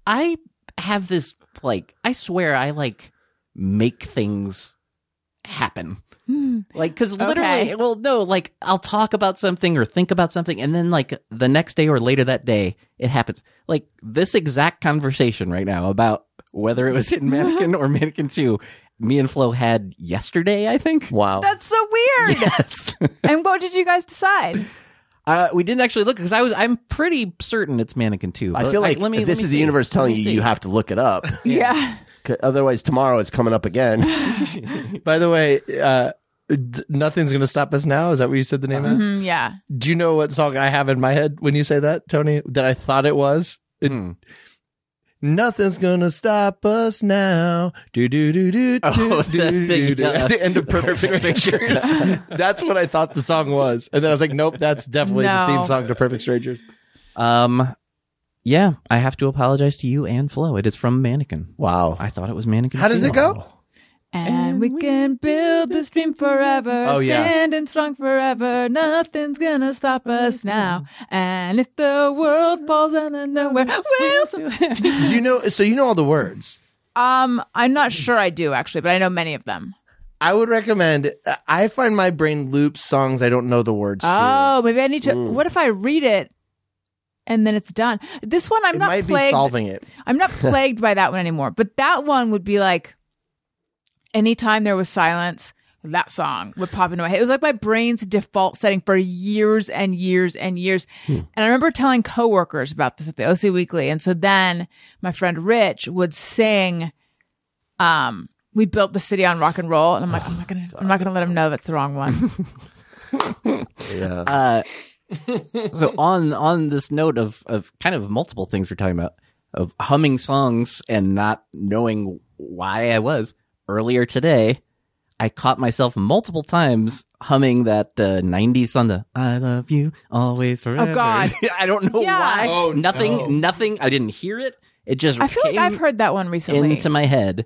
D: I have this like I swear I like make things happen. Like, because literally,
C: Okay.
D: well, no, like I'll talk about something or think about something, and then like the next day or later that day, it happens. Like this exact conversation right now about whether it was in Mannequin or Mannequin Two, me and Flo had yesterday, I think.
A: Wow.
C: That's so weird.
D: Yes.
C: and what did you guys decide?
D: Uh, we didn't actually look because I was. I'm pretty certain it's Mannequin Two.
A: I
D: but,
A: feel like
D: let me.
A: this
D: let me
A: is the
D: see.
A: universe
D: Let me
A: telling you
D: see.
A: you have to look it up.
C: Yeah.
A: 'Cause Otherwise, tomorrow it's coming up again.
E: By the way, uh, d- nothing's gonna stop us now. Is that what you said the name is?
C: Mm, yeah.
E: Do you know what song I have in my head when you say that, Tony? That I thought it was. It-
D: Hmm.
E: Nothing's gonna stop us now. Do do do do
D: Oh,
E: do do
D: that thing,
E: do do.
D: yeah.
E: At the end of Perfect Strangers, that's what I thought the song was, and then I was like, "Nope, that's definitely
C: No.
E: the theme song to Perfect Strangers."
D: Um, yeah, I have to apologize to you and Flo. It is from Mannequin.
A: Wow.
D: I thought it was Mannequin.
E: How does
D: too.
E: it go?
C: And we can build this dream forever,
E: Oh, yeah.
C: standing strong forever. Nothing's gonna stop us now. And if the world falls out of nowhere, we'll. survive.
E: Do you know? So you know all the words.
C: um, I'm not sure I do actually, but I know many of them.
E: I would recommend. I find my brain loops songs I don't know the words to.
C: Oh, maybe I need to. What if I read it and then it's done? This one I'm
E: It
C: not
E: might
C: plagued.
E: be solving it.
C: I'm not plagued by that one anymore. But that one would be like anytime there was silence, that song would pop into my head. It was like my brain's default setting for years and years and years.
A: Hmm.
C: And I remember telling coworkers about this at the OC Weekly. And so then my friend Rich would sing um we built the city on rock and roll, and I'm like, I'm not gonna, I'm not gonna let him know that's the wrong one.
A: Yeah.
D: Uh, so on on this note of of kind of multiple things we're talking about of humming songs and not knowing why I was earlier today, I caught myself multiple times humming that uh, '90s song, the "I Love You Always Forever."
C: Oh, God.
D: I don't know
C: Yeah.
D: why.
F: Oh,
D: nothing,
F: no.
D: nothing. I didn't hear it. It just
C: I feel like
D: came
C: I've heard that one recently.
D: into my head,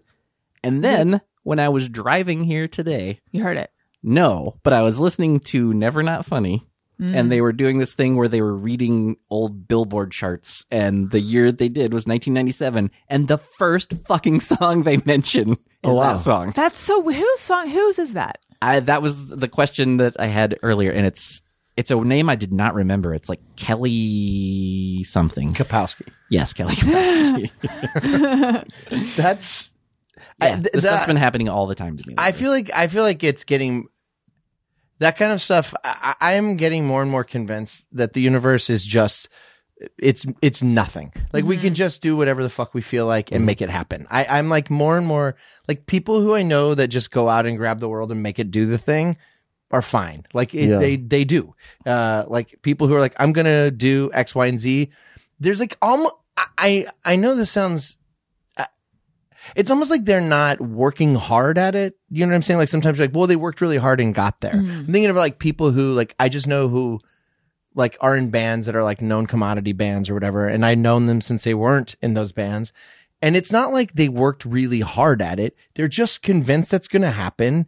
D: and then when I was driving here today,
C: you heard it.
D: no, but I was listening to Never Not Funny, and they were doing this thing where they were reading old Billboard charts, and the year they did was 1997, and the first fucking song they mention is
A: Oh, wow.
D: that song.
C: That's so. Whose song? Whose is that?
D: I, that was the question that I had earlier, and it's it's a name I did not remember. It's like Kelly something.
E: Kapowski.
D: yes, Kelly. Kapowski.
E: That's I,
D: yeah,
E: th-
D: this stuff's
E: that-
D: been happening all the time to me.
E: I
D: lately.
E: feel like I feel like it's getting that kind of stuff. I, I am getting more and more convinced that the universe is just it's it's nothing. Like we can just do whatever the fuck we feel like and make it happen. I, I'm like more and more like people who I know that just go out and grab the world and make it do the thing are fine. Like it,
A: Yeah.
E: they they do. Uh, like people who are like I'm gonna do X, Y, and Z. There's like almost I I I know this sounds uh, it's almost like they're not working hard at it. You know what I'm saying? Like sometimes you're like, well, they worked really hard and got there.
C: Mm-hmm.
A: Mm.
E: I'm thinking of like people who like I just know who like are in bands that are like known commodity bands or whatever, and I've known them since they weren't in those bands. And it's not like they worked really hard at it. They're just convinced that's gonna happen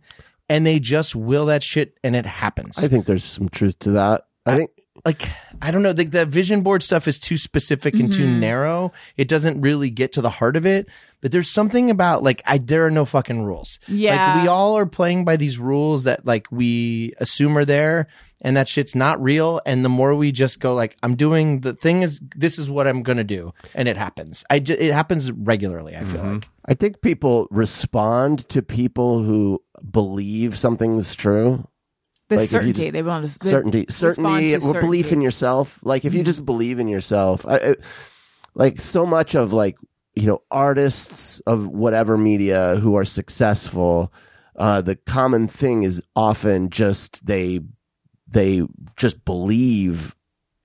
E: and they just will that shit and it happens.
A: I think there's some truth to that. I think
E: like I don't know, like the vision board stuff is too specific and too narrow. It doesn't really get to the heart of it. But there's something about like I there are no fucking rules.
C: Yeah.
E: Like we all are playing by these rules that like we assume are there and that shit's not real. And the more we just go like, I'm doing the thing is this is what I'm gonna do, and it happens. I ju- it happens regularly,
D: Mm-hmm.
E: I feel like.
A: I think people respond to people who believe something's true.
C: The
A: Like, if you
C: certainty
A: just-
C: they want to they
A: certainty,
C: respond
A: certainty,
C: to
A: well, belief in
C: certainty. Mm-hmm.
A: yourself. Like if you just believe in yourself, I, I, like so much of like you know artists of whatever media who are successful, uh, the common thing is often just they they just believe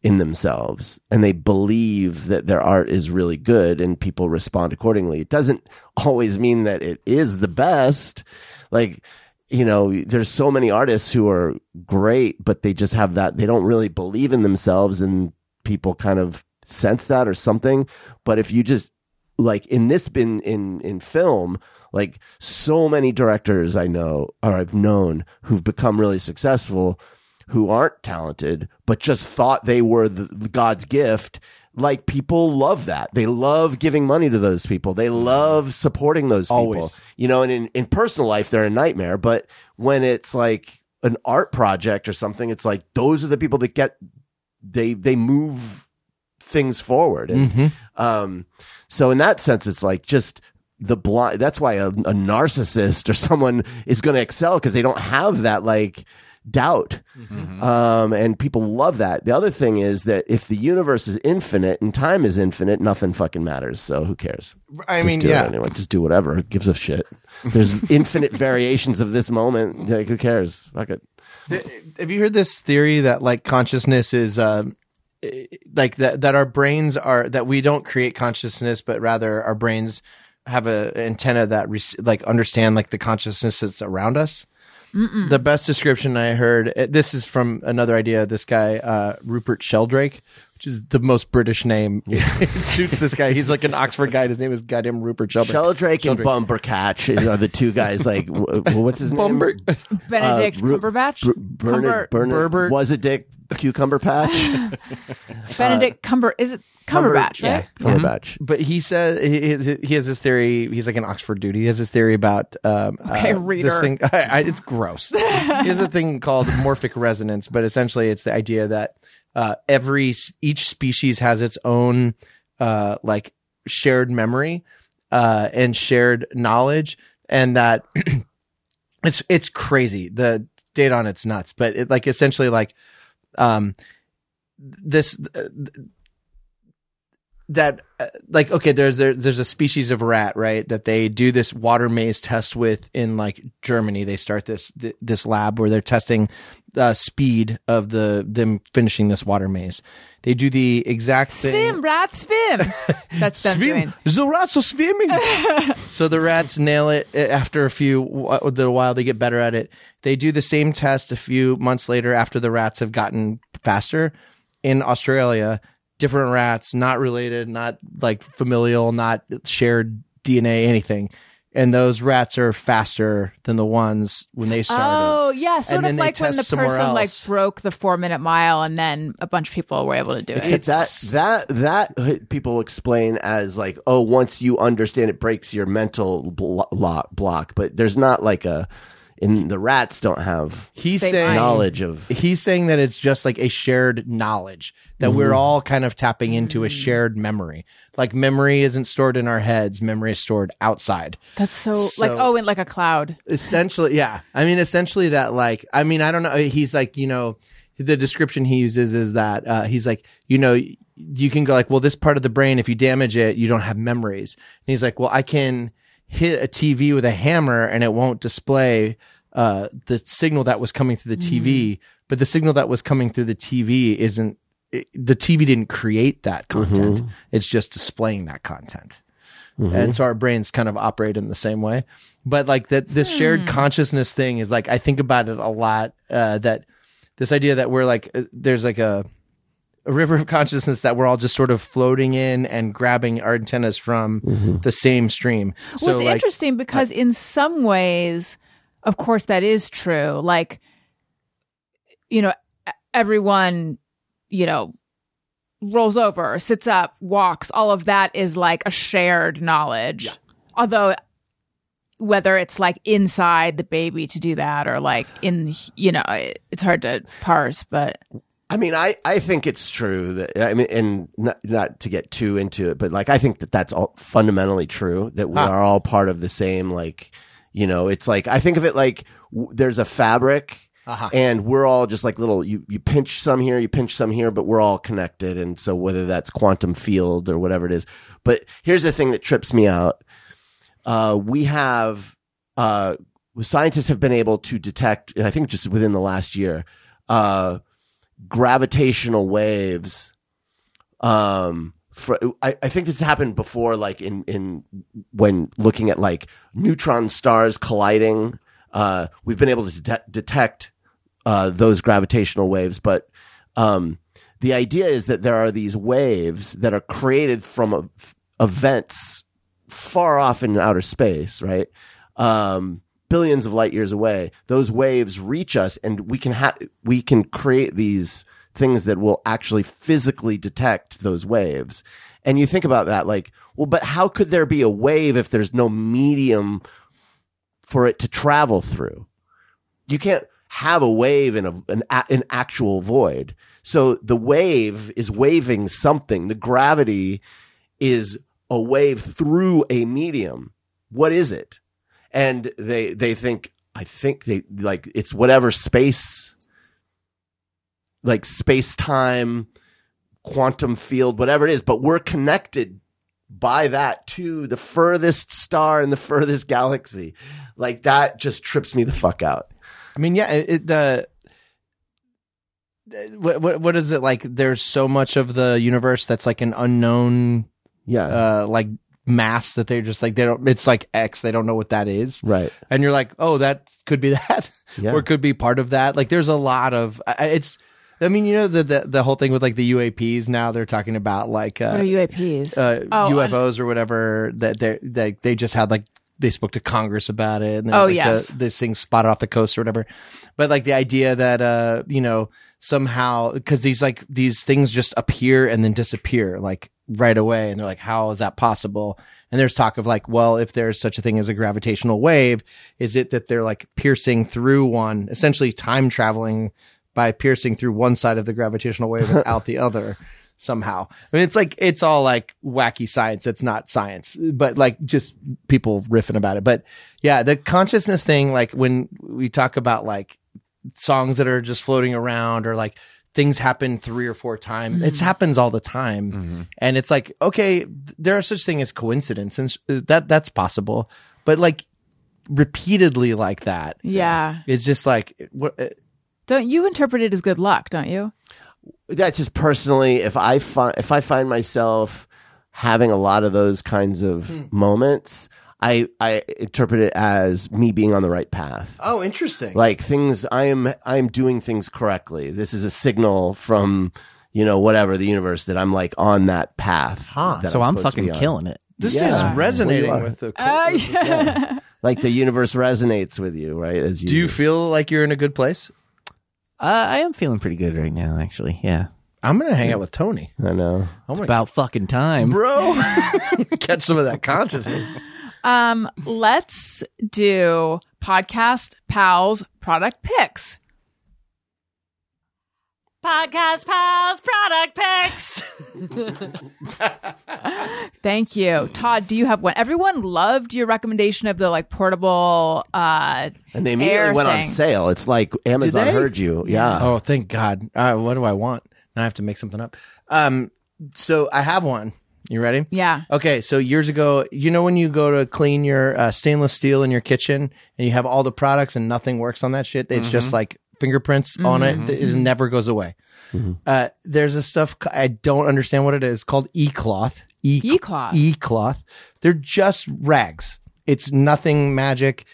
A: in themselves and they believe that their art is really good and people respond accordingly. It doesn't always mean that it is the best. Like, you know, there's so many artists who are great, but they just have that, they don't really believe in themselves and people kind of sense that or something. But if you just like in this been in in film like so many directors i know or i've known who've become really successful who aren't talented but just thought they were the, the god's gift like people love that they love giving money to those people they love supporting those
E: Always.
A: people you know and in, in personal life they're a nightmare but when it's like an art project or something it's like those are the people that get they they move things forward and
E: Mm-hmm.
A: um, so in that sense, it's like just the blind. That's why a, a narcissist or someone is going to excel because they don't have that like doubt.
E: Mm-hmm.
A: Um, and people love that. The other thing is that if the universe is infinite and time is infinite, nothing fucking matters. So who cares?
E: I
A: Just
E: mean,
A: do
E: yeah.
A: it anyway. Just do whatever. Who gives a shit? There's infinite variations of this moment. Like who cares? Fuck it.
E: Have you heard this theory that like consciousness is um eh, like that that our brains are that we don't create consciousness but rather our brains have a antenna that rec- like understand like the consciousness that's around us. The best description I heard eh, this is from another idea this guy uh Rupert Sheldrake which is the most British name. it suits this guy. He's like an Oxford guy. His name is goddamn Rupert Sheldrake.
A: Sheldrake and Bumbercatch are the two guys. Like, w- w- what's his name? Uh,
E: Bumber-
C: Benedict
E: Uh,
A: Ru-
C: Cumberbatch.
A: Br- Bernard,
C: Cumber-
A: Bernard
E: Burbert.
A: was a dick cucumber patch.
E: uh,
C: Benedict Cumber is it Cumberbatch?
A: yeah,
C: right?
A: Cumberbatch.
E: but he says he, he- he has this theory. He's like an Oxford dude. He has this theory about um,
C: Okay,
E: uh,
C: reader.
E: This thing, I, I, it's gross. he has a thing called morphic resonance, but essentially it's the idea that uh, every s- each species has its own uh, like shared memory uh, and shared knowledge, and that it's it's crazy. The data on it's nuts, but it like essentially like um this. Uh, that uh, like okay there's a, there's a species of rat right that they do this water maze test with in like Germany they start this th- this lab where they're testing uh, speed of the them finishing this water maze they do the exact
C: Swim,
E: thing
C: rat, swim. That's them doing.
E: swim the rats are swimming so the rats nail it uh, after a few wh- the while they get better at it they do the same test a few months later after the rats have gotten faster in australia different rats not related not like familial not shared dna anything and those rats are faster than the ones when they started
C: Oh yeah, sort
E: And
C: of
E: then they
C: like when the
E: test somewhere
C: person like
E: else.
C: broke the four minute mile, and then a bunch of people were able to do it.
E: It's-
A: that that that uh, people explain as like oh once you understand it breaks your mental blo- lo- block but there's not like a and the rats don't have
E: he's
C: They
E: saying
C: might.
A: knowledge of
E: he's saying that it's just like a shared knowledge that we're all kind of tapping into a shared memory. Like memory isn't stored in our heads, memory is stored outside.
C: That's so,
E: So-
C: like oh, in like a cloud.
E: Essentially, yeah. I mean, essentially that like I mean, I don't know, he's like, you know, the description he uses is that uh, he's like, you know, you can go like, well, this part of the brain, if you damage it, you don't have memories. And he's like, well, I can hit a TV with a hammer and it won't display uh, the signal that was coming through the TV, but the signal that was coming through the TV isn't. It, the TV didn't create that content. It's just displaying that content.
C: Mm-hmm.
E: And so our brains kind of operate in the same way. But like that, this
C: Hmm.
E: shared consciousness thing is like, I think about it a lot. Uh, that this idea that we're like, uh, there's like a, a river of consciousness that we're all just sort of floating in and grabbing our antennas from the same stream.
C: Mm-hmm. well, it's interesting because in some ways, of course, that is true. Like, you know, e- everyone, you know, rolls over, sits up, walks. All of that is like a shared knowledge. Although, whether it's like inside the baby to do that or like in, you know, it, it's hard to parse, but
A: I mean, I, I think it's true that I mean, and not not to get too into it, but like I think that that's all fundamentally true that we
E: Huh.
A: are all part of the same. Like, you know, it's like I think of it like w- there's a fabric,
E: Uh-huh.
A: and we're all just like little. You you pinch some here, you pinch some here, but we're all connected. And so whether that's quantum field or whatever it is, but here's the thing that trips me out: uh, we have uh, scientists have been able to detect, and I think just within the last year. Uh, gravitational waves. Um, for, I, I think this happened before, like in, in when looking at like neutron stars colliding. Uh, we've been able to detect detect uh, those gravitational waves, but um, the idea is that there are these waves that are created from a, events far off in outer space, right? Um, billions of light years away. Those waves reach us, and we can ha- we can create these things that will actually physically detect those waves. And you think about that, like, well, but how could there be a wave if there's no medium for it to travel through? you can't have a wave in a, an, a- an actual void. So the wave is waving something. The gravity is a wave through a medium. What is it? And they they think I think they like it's whatever space like space time quantum field whatever it is, but we're connected by that to the furthest star in the furthest galaxy. Like that just trips me the fuck out.
E: I mean, yeah, it, it, the uh, what, what what is it like? There's so much of the universe that's like an unknown,
A: Yeah.
E: uh, like mass that they're just like they don't. It's like X. They don't know what that is,
A: right.
E: and you're like, oh, that could be that,
A: Yeah.
E: or it could be part of that. Like, there's a lot of I- I- it's. I mean, you know the, the the whole thing with like the UAPs. Now they're talking about like
C: what are
E: uh,
C: UAPs?
E: uh,
C: Oh, I-
E: UFOs or whatever that they they they just had like they spoke to Congress about it. And they were,
C: Oh,
E: like,
C: yes.
E: the, this thing spotted off the coast or whatever. But like the idea that uh you know somehow because these like these things just appear and then disappear like right away and they're like how is that possible and there's talk of like well if there's such a thing as a gravitational wave is it that they're like piercing through one essentially time traveling by piercing through one side of the gravitational wave and out the other somehow. I mean, it's like it's all like wacky science. It's not science, but like just people riffing about it. But yeah, the consciousness thing, like when we talk about like songs that are just floating around or like things happen three or four times. It
A: Mm-hmm.
E: happens all the time, and it's like okay, th- there are such thing as coincidence, and s- that that's possible, but like repeatedly like that,
C: Yeah.
E: it's just like what. uh,
C: Don't you interpret it as good luck, don't you?
A: That's just personally. If I find if I find myself having a lot of those kinds of moments, I I interpret it as me being on the right path.
E: Oh, interesting.
A: like things i am i am doing things correctly this is a signal from you know whatever the universe that i'm like on that path that
D: so I'm
A: supposed to be
D: fucking
A: on.
D: killing it.
E: this
A: Yeah.
E: is resonating
A: Well, you are.
E: with the.
C: Uh, yeah.
A: like the universe resonates with you right as you
E: Do you feel like you're in a good place?
D: Uh, I am feeling pretty good right now, actually. Yeah,
E: I'm gonna hang out with Tony,
A: i know
D: it's about fucking time.
E: bro. Catch some of that consciousness.
C: Um, let's do podcast pals product picks. Podcast pals product picks. Thank you, Todd. Do you have one? Everyone loved your recommendation of the like portable. Uh,
A: and they immediately
C: Air
A: went on
C: thing.
A: sale it's like amazon
E: they?
A: heard you yeah
E: Oh, thank God. Uh, what do I want? Now I have to make something up. Um, so I have one. You ready?
C: yeah,
E: Okay, so years ago, you know when you go to clean your uh, stainless steel in your kitchen and you have all the products and nothing works on that shit? It's
C: Mm-hmm.
E: just like fingerprints on it. Th- It never goes away. Uh, there's a stuff c- I don't understand what it is called e-cloth. E-
C: E-cloth.
E: E-cloth. They're just rags. It's nothing magic.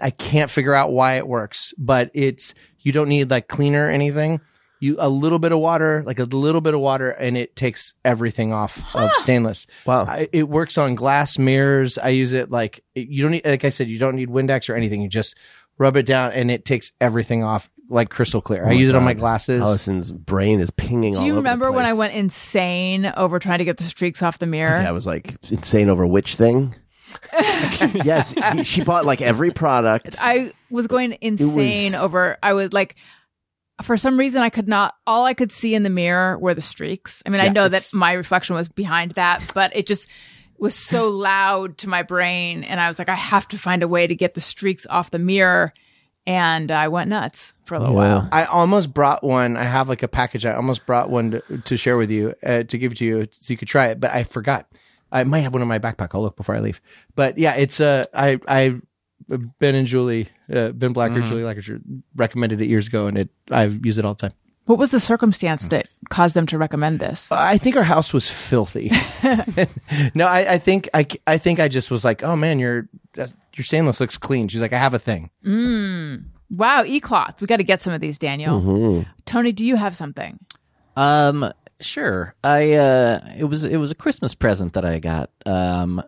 E: I can't figure out why it works, but it's you don't need like cleaner or anything. You a little bit of water, like a little bit of water, and it takes everything off of stainless.
A: Wow.
E: I, it works on glass mirrors. I use it like it- you don't need, like I said, you don't need Windex or anything. You just rub it down, and it takes everything off like crystal clear. I use it on my glasses.
A: allison's brain is pinging all
C: do you
A: over the
C: remember when I
A: place.
C: went insane over trying to get the streaks off the mirror?
A: yeah, i was like insane over which thing yes he- she bought like every product
C: I was going insane over. I was like, for some reason, I could not. All I could see in the mirror were the streaks. I mean, I know that my reflection was behind that, but it just was so loud to my brain, and I was like, I have to find a way to get the streaks off the mirror, and I went nuts for
D: Oh,
C: a little while.
E: I almost brought one. I have like a package. I almost brought one to, to share with you, uh, to give to you so you could try it, but I forgot. I might have one in my backpack. I'll look before I leave. But yeah, it's uh, I, I, Ben and Julie, uh, Ben Blacker, Julie Lacker recommended it years ago, and it I've used it all the time.
C: What was the circumstance that caused them to recommend
D: Uh,
C: this?
E: I think our house was filthy. no, I, I think I, I think I just was like, oh man, your that's- your stainless looks clean. She's like, I have a thing.
C: Wow, e cloth. We got to get some of these, Daniel.
D: Mm-hmm.
C: Tony, do you have something?
D: Um, sure. I uh, it was it was a Christmas present that I got. Um,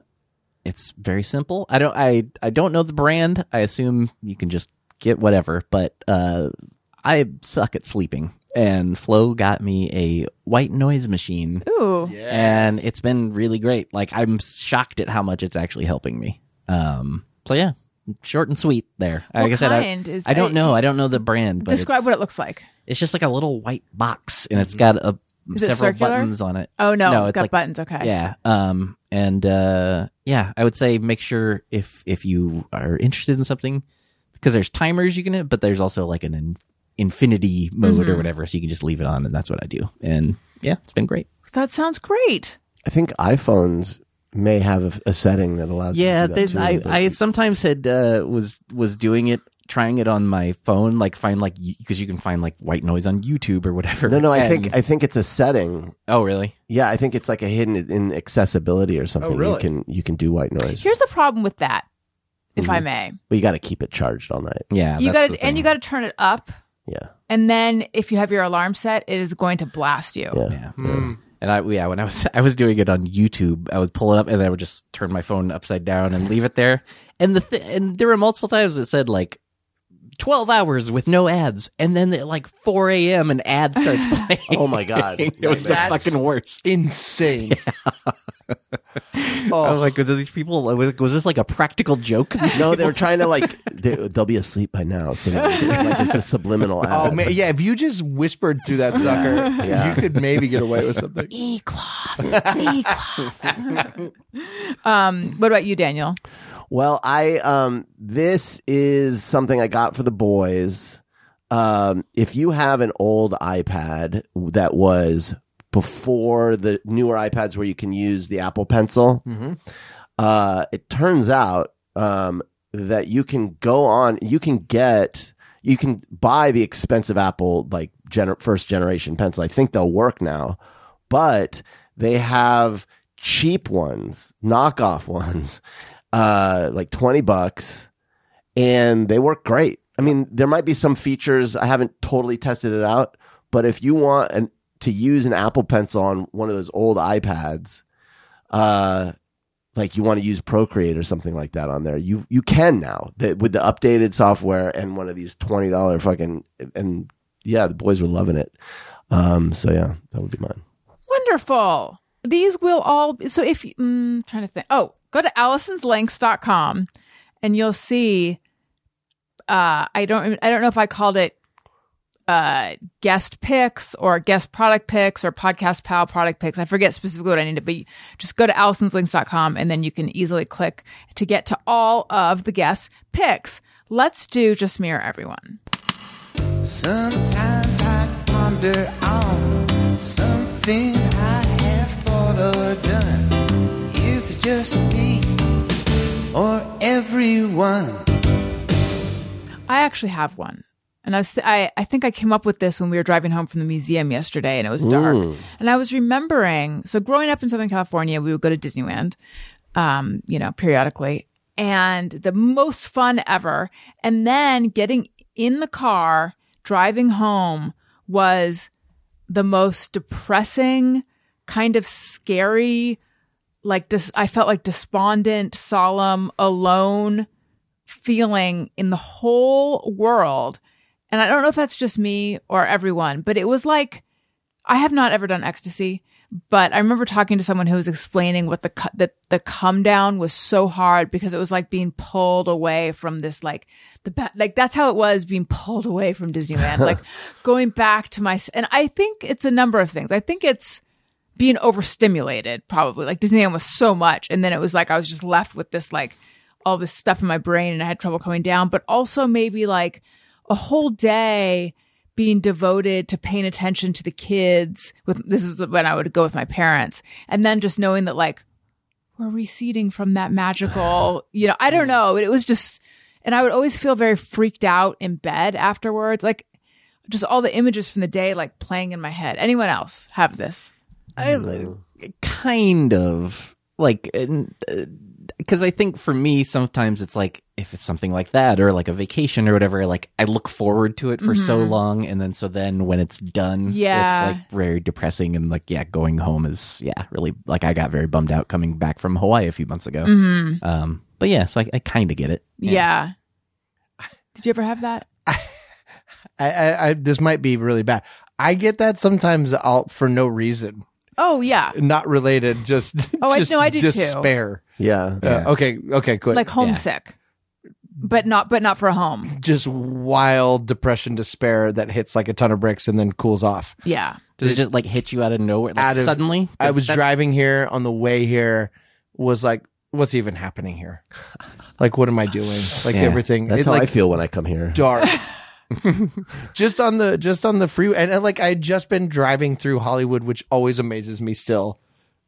D: it's very simple. I don't I I don't know the brand. I assume you can just get whatever. But uh, I suck at sleeping, and Flo got me a white noise machine,
C: Ooh,
D: and it's been really great. Like I'm shocked at how much it's actually helping me. Um, so yeah. Short and sweet. There, like I said,
C: kind
D: I,
C: is-
D: I don't
C: I-
D: know. I don't know the brand. But
C: describe
D: it's-
C: what it looks like.
D: it's just like a little white box, and it's got a
C: Is it
D: several
C: circular?
D: buttons on Mm-hmm. it.
C: Oh no,
D: no, it's
C: got
D: like
C: buttons. Okay.
D: yeah, um, and uh, yeah, I would say make sure if if you are interested in something, because there's timers you can hit, but there's also like an in, infinity mode or whatever, so you can just leave it on, and that's what I do. And yeah, it's been great.
C: That sounds great.
A: i think iphones may have a, a setting that allows you to
D: Yeah,
A: do that
D: there's-
A: too,
D: I,
A: but-
D: I sometimes had uh, was was doing it, trying it on my phone, like find like because you can find like white noise on YouTube or whatever.
A: no no i think
D: and-
A: i think it's a setting
D: oh, really?
A: Yeah, I think it's like a hidden in accessibility or something. You
E: really?
A: can you can do white noise,
C: Here's the problem with that, if I may.
A: but you got to keep it charged all night.
D: Mm-hmm. Yeah,
C: you
D: that's
C: got
D: the
C: and
D: thing.
C: you got to turn it up,
A: Yeah,
C: and then if you have your alarm set, it is going to blast you.
A: yeah.
D: Oh, Yeah.
E: Hmm.
D: And I yeah, when I was I was doing it on YouTube, I would pull it up and I would just turn my phone upside down and leave it there. And the th- and there were multiple times it said like twelve hours with no ads, and then at like four a.m. an ad starts playing.
A: Oh my god,
D: it was the
E: That's-
D: fucking worst.
E: Insane.
D: I
E: oh,
D: was like, was these people? Was, was this like a practical joke?
A: no, they were trying to like they, they'll be asleep by now, so that- like it's a subliminal.
E: oh
A: ad.
E: man, yeah. If you just whispered through that sucker,
A: Yeah.
E: you could maybe get away with something.
C: Um, what about you, Daniel?
A: Well, I um this is something I got for the boys. um, if you have an old iPad that was before the newer iPads where you can use the Apple Pencil,
E: Mhm.
A: uh, it turns out um, that you can go on, you can get, you can buy the expensive Apple like gener- first generation pencil. I think they'll work now, but they have cheap ones, knockoff ones, uh, like twenty bucks and they work great. I mean, there might be some features I haven't totally tested it out, but if you want an, to use an Apple Pencil on one of those old iPads, uh, like you want to use Procreate or something like that on there, you you can now that with the updated software and one of these twenty dollar fucking and yeah, the boys were loving it. Um, so yeah, that would be mine.
C: Wonderful. These will all be, so if you- mm, trying to think. Oh, go to allisonslinks.com and you'll see uh I don't I don't know if I called it uh guest picks or guest product picks or podcast pal product picks. I forget specifically what I needed, but you- just go to allisonslinks.com and then you can easily click to get to all of the guest picks. Let's do just mirror everyone.
B: Sometimes I ponder on something I have thought or done. Is it just me or everyone?
C: I actually have one. And I, was I, I think I came up with this when we were driving home from the museum yesterday and it was dark. And I was remembering so, growing up in Southern California, we would go to Disneyland, um, you know, periodically, and the most fun ever. And then getting in the car, driving home was the most depressing, kind of scary, like dis- I felt like despondent, solemn, alone feeling in the whole world. And I don't know if that's just me or everyone, but it was like I have not ever done ecstasy, but I remember talking to someone who was explaining what the cu- that the come down was so hard because it was like being pulled away from this like the ba- like that's how it was being pulled away from Disneyland, like going back to my s- and I think it's a number of things. I think it's being overstimulated probably like disneyland was so much and then it was like i was just left with this like all this stuff in my brain and i had trouble coming down but also maybe like a whole day being devoted to paying attention to the kids with this is when i would go with my parents and then just knowing that like we're receding from that magical you know i don't know but it was just and i would always feel very freaked out in bed afterwards like just all the images from the day like playing in my head anyone else have this
D: I, kind of like because I think for me sometimes it's like if it's something like that or like a vacation or whatever, like I look forward to it for so long, and then so then when it's done,
C: Mm-hmm. Yeah.
D: it's like very depressing and like yeah, going home is yeah really like I got very bummed out coming back from Hawaii a few months ago. Um, but yeah, so I, I kind of get it.
C: Mm. Mm-hmm. Yeah. Did you ever have that?
E: I, I, I this might be really bad. I get that sometimes all for no reason,
C: Oh yeah,
E: not related. Just
C: Oh, I-
E: just
C: no, I do too.
E: despair.
A: Yeah,
E: Uh, okay, okay, good.
C: like homesick, but not but not for a home.
E: just wild depression, despair that hits like a ton of bricks and then cools off.
C: Yeah,
D: Does it just like hit you out of nowhere like
E: Out of-
D: suddenly?
E: I was
D: That's-
E: driving here on the way here, was like, what's even happening here? Like, what am I doing? Like
D: Yeah.
E: everything.
A: that's
E: it,
A: how
E: like,
A: I feel when I come here.
E: dark. just on the just on the freeway, and, and, like I had just been driving through Hollywood, which always amazes me still.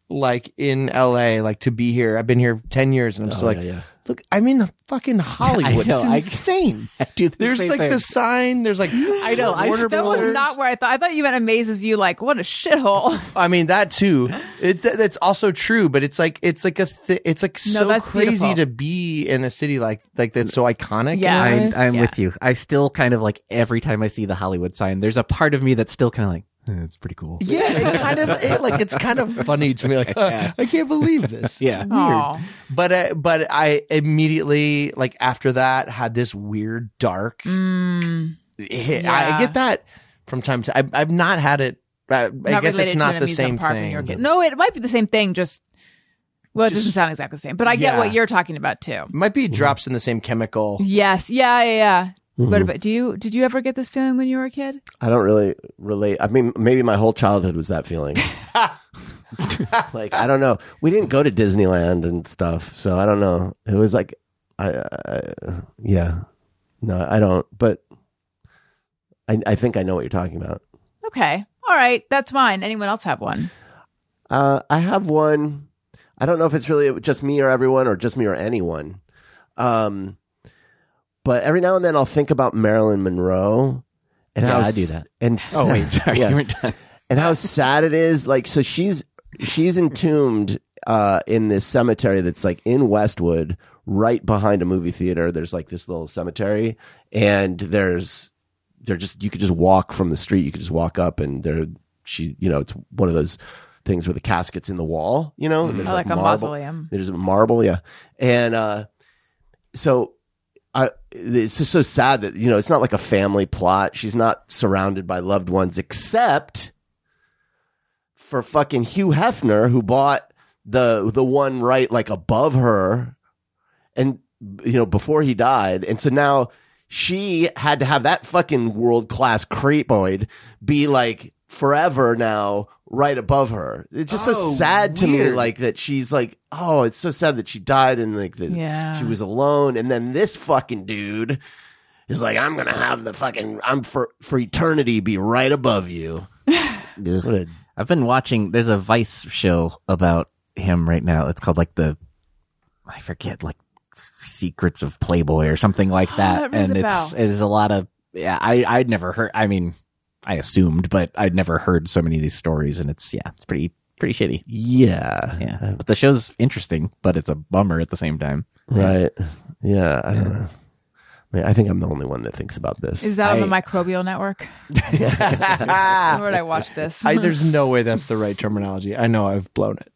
E: Like in LA, like to be here. I've been here ten years, and I'm still like,
A: yeah, yeah.
E: look, I'm in fucking Hollywood.
D: know, Oh, I-
E: it's insane.
D: I do the
E: there's
D: same
E: like
D: thing.
E: the sign. There's like I
D: know, I
C: that was not where I thought. I thought you meant amazes you. Like what a shithole.
E: I mean that too. It, th- that's also true, but it's like it's like a th- it's like so
C: that's
E: crazy
C: beautiful.
E: to be in a city like like that's so iconic. in
C: Yeah.
E: a way.
D: I'm, I'm
C: Yeah.
D: with you. I still kind of like every time I see the Hollywood sign, there's a part of me that's still kind of like, eh, it's pretty cool.
E: yeah. It kind of it, like it's kind of funny to me. Like "Huh, I can't believe this. It's
D: Yeah.
E: weird.
C: Aw.
E: But uh, but I immediately like after that had this weird dark
C: Mm,
E: hit.
C: yeah.
E: I get that from time to. I, I've not had it. I, I
C: not
E: guess
C: related
E: it's
C: to
E: not
C: an
E: the
C: amusement
E: same
C: park when you were a
E: thing.
C: kid. No, it might be the same thing. Just well, it
E: Just-
C: doesn't sound exactly the same. But I get
E: Yeah.
C: what you're talking about too.
E: Might be drops in the same chemical.
C: Yes. Yeah. Yeah. Yeah. What about do you? Did you ever get this feeling when you were a kid?
A: I don't really relate. I mean, maybe my whole childhood was that feeling. like I don't know. We didn't go to Disneyland and stuff, so I don't know. It was like, I, I yeah, no, I don't. But I, I think I know what you're talking about.
C: Okay. All right. That's mine. Anyone else have one?
A: Uh, I have one. I don't know if it's really just me or everyone, or just me or anyone. Um, but every now and then I'll think about Marilyn Monroe and
D: Yeah,
A: how
D: I do
A: s-
D: that.
A: And s-
D: Oh wait, sorry,
A: Yeah.
D: you were done.
A: and how sad it is. Like, so she's she's entombed uh, in this cemetery that's like in Westwood, right behind a movie theater. There's like this little cemetery, and there's they're just you could just walk from the street. You could just walk up, and there she, you know, it's one of those things where the casket's in the wall. You know, and there's
C: Oh, like a
A: marble-
C: mausoleum.
A: there's a marble, yeah. And uh, so I, it's just so sad that you know it's not like a family plot. She's not surrounded by loved ones, except for fucking Hugh Hefner, who bought the the one right like above her, and you know before he died, and so now she had to have that fucking world class creepoid be like forever now right above her. It's just so
E: Oh,
A: sad to me
E: weird.
A: like that she's like oh it's so sad that she died and like the,
C: Yeah.
A: she was alone and then this fucking dude is like I'm going to have the fucking I'm for for eternity be right above you. What a-
D: I've been watching. There's a Vice show about him right now. It's called like the, I forget, like Secrets of Playboy or something like
C: Oh,
D: that.
C: that rings
D: and
C: a
D: it's
C: bell.
D: it's a lot of yeah. I I'd never heard. I mean, I assumed, but I'd never heard so many of these stories. And it's yeah, it's pretty pretty shitty.
A: yeah.
D: Yeah, but the show's interesting, but it's a bummer at the same time.
A: Right. Yeah, I don't know. I mean, I think I'm the only one that thinks about this.
C: Is that on the
D: I-
C: microbial network?
E: I, Ah,
C: Where did I watch this?
E: there's no way that's the right terminology. I know I've blown it.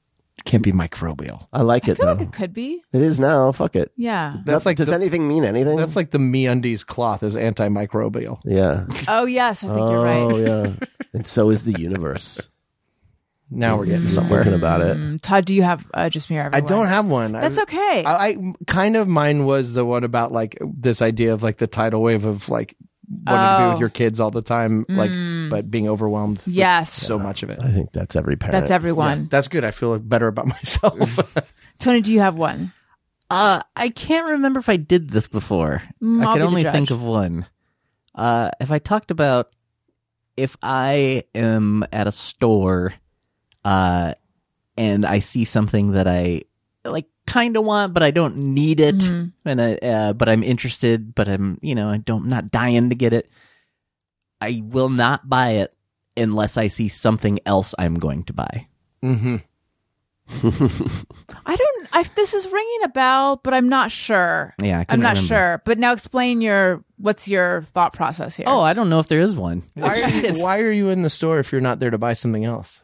E: Can't be microbial.
A: I like it
C: I feel
A: though.
C: like it could be.
A: it is now. Fuck it.
C: Yeah.
E: That's like
A: does
E: the-
A: anything mean anything?
E: That's like the me undies cloth is antimicrobial.
A: yeah.
C: Oh yes, I think
A: oh
C: you're right.
A: yeah. And so is the universe.
E: Now we're getting
A: Just
E: somewhere.
A: thinking about it.
C: Mm, Todd, do you have uh, just me or
E: I
C: everyone?
E: don't have one.
C: That's
E: I,
C: okay.
E: I, I kind of mine was the one about like this idea of like the tidal wave of like wanting to be
C: Oh. Mm.
E: with your kids all the time, like but being overwhelmed. with
C: Yes.
E: so much of it.
A: I think that's every parent.
C: That's everyone.
E: That's good. I feel better about myself.
C: Tony, do you have one?
D: Uh, I can't remember if I did this before.
C: Mm, I'll
D: I
C: be
D: can
C: the
D: only
C: judge.
D: think of one. Uh, if I talked about if I am at a store, uh, and I see something that I like, kind of want, but I don't need it, and I, uh, but I'm interested, but I'm, you know, I don't, not dying to get it. I will not buy it unless I see something else I'm going to buy.
E: mm-hmm.
C: I don't. I, this is ringing a bell, but I'm not sure.
D: Yeah, I couldn't
C: I'm not
D: remember.
C: sure. But now explain your what's your thought process here?
D: Oh, I don't know if there is one.
E: Why are, you, why are you in the store if you're not there to buy something else?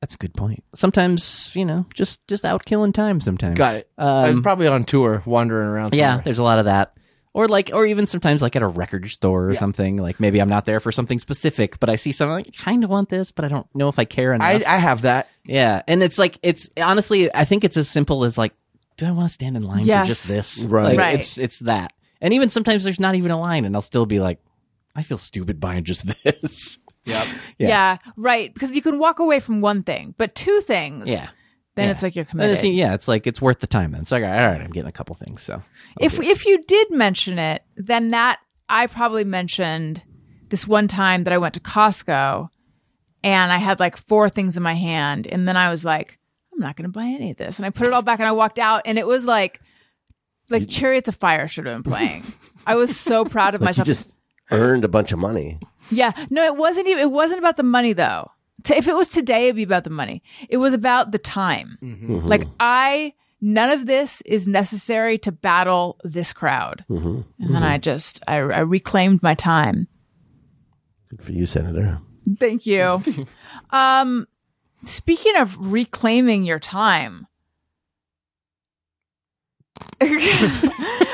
D: That's a good point. Sometimes, you know, just just out killing time. Sometimes.
E: Got it. I was
D: Um,
E: probably on tour, wandering around.
D: yeah,
E: somewhere.
D: there's a lot of that. Or like, or even sometimes like at a record store or
E: Yeah.
D: something. Like maybe I'm not there for something specific, but I see something. Like, I kind of want this, but I don't know if I care enough.
E: I, I have that.
D: yeah, and it's like it's honestly, I think it's as simple as like, do I want to stand in line
C: Yes.
D: for just this?
A: Right.
D: Like,
C: Right.
D: It's it's that. And even sometimes there's not even a line, and I'll still be like, I feel stupid buying just this.
C: yeah.
D: yeah.
C: right. Because you can walk away from one thing, but two things.
D: yeah.
C: Then
D: Yeah.
C: it's like you're committed.
D: And it's, yeah, it's like it's worth the time then. So I go, all right, I'm getting a couple things. So
A: Oh,
C: if if you did mention it, then that I probably mentioned this one time that I went to Costco and I had like four things in my hand and then I was like, I'm not going to buy any of this. And I put it all back and I walked out and it was like like Chariots of Fire should have been playing. I was so proud of
A: like you
C: myself.
A: just earned a bunch of money.
C: Yeah. No, it wasn't even, it wasn't about the money though. To- if it was today, it'd be about the money. It was about the time. Like I, none of this is necessary to battle this crowd. And then I just, I, I reclaimed my time.
A: Good for you, Senator.
C: Thank you. um, speaking of reclaiming your time.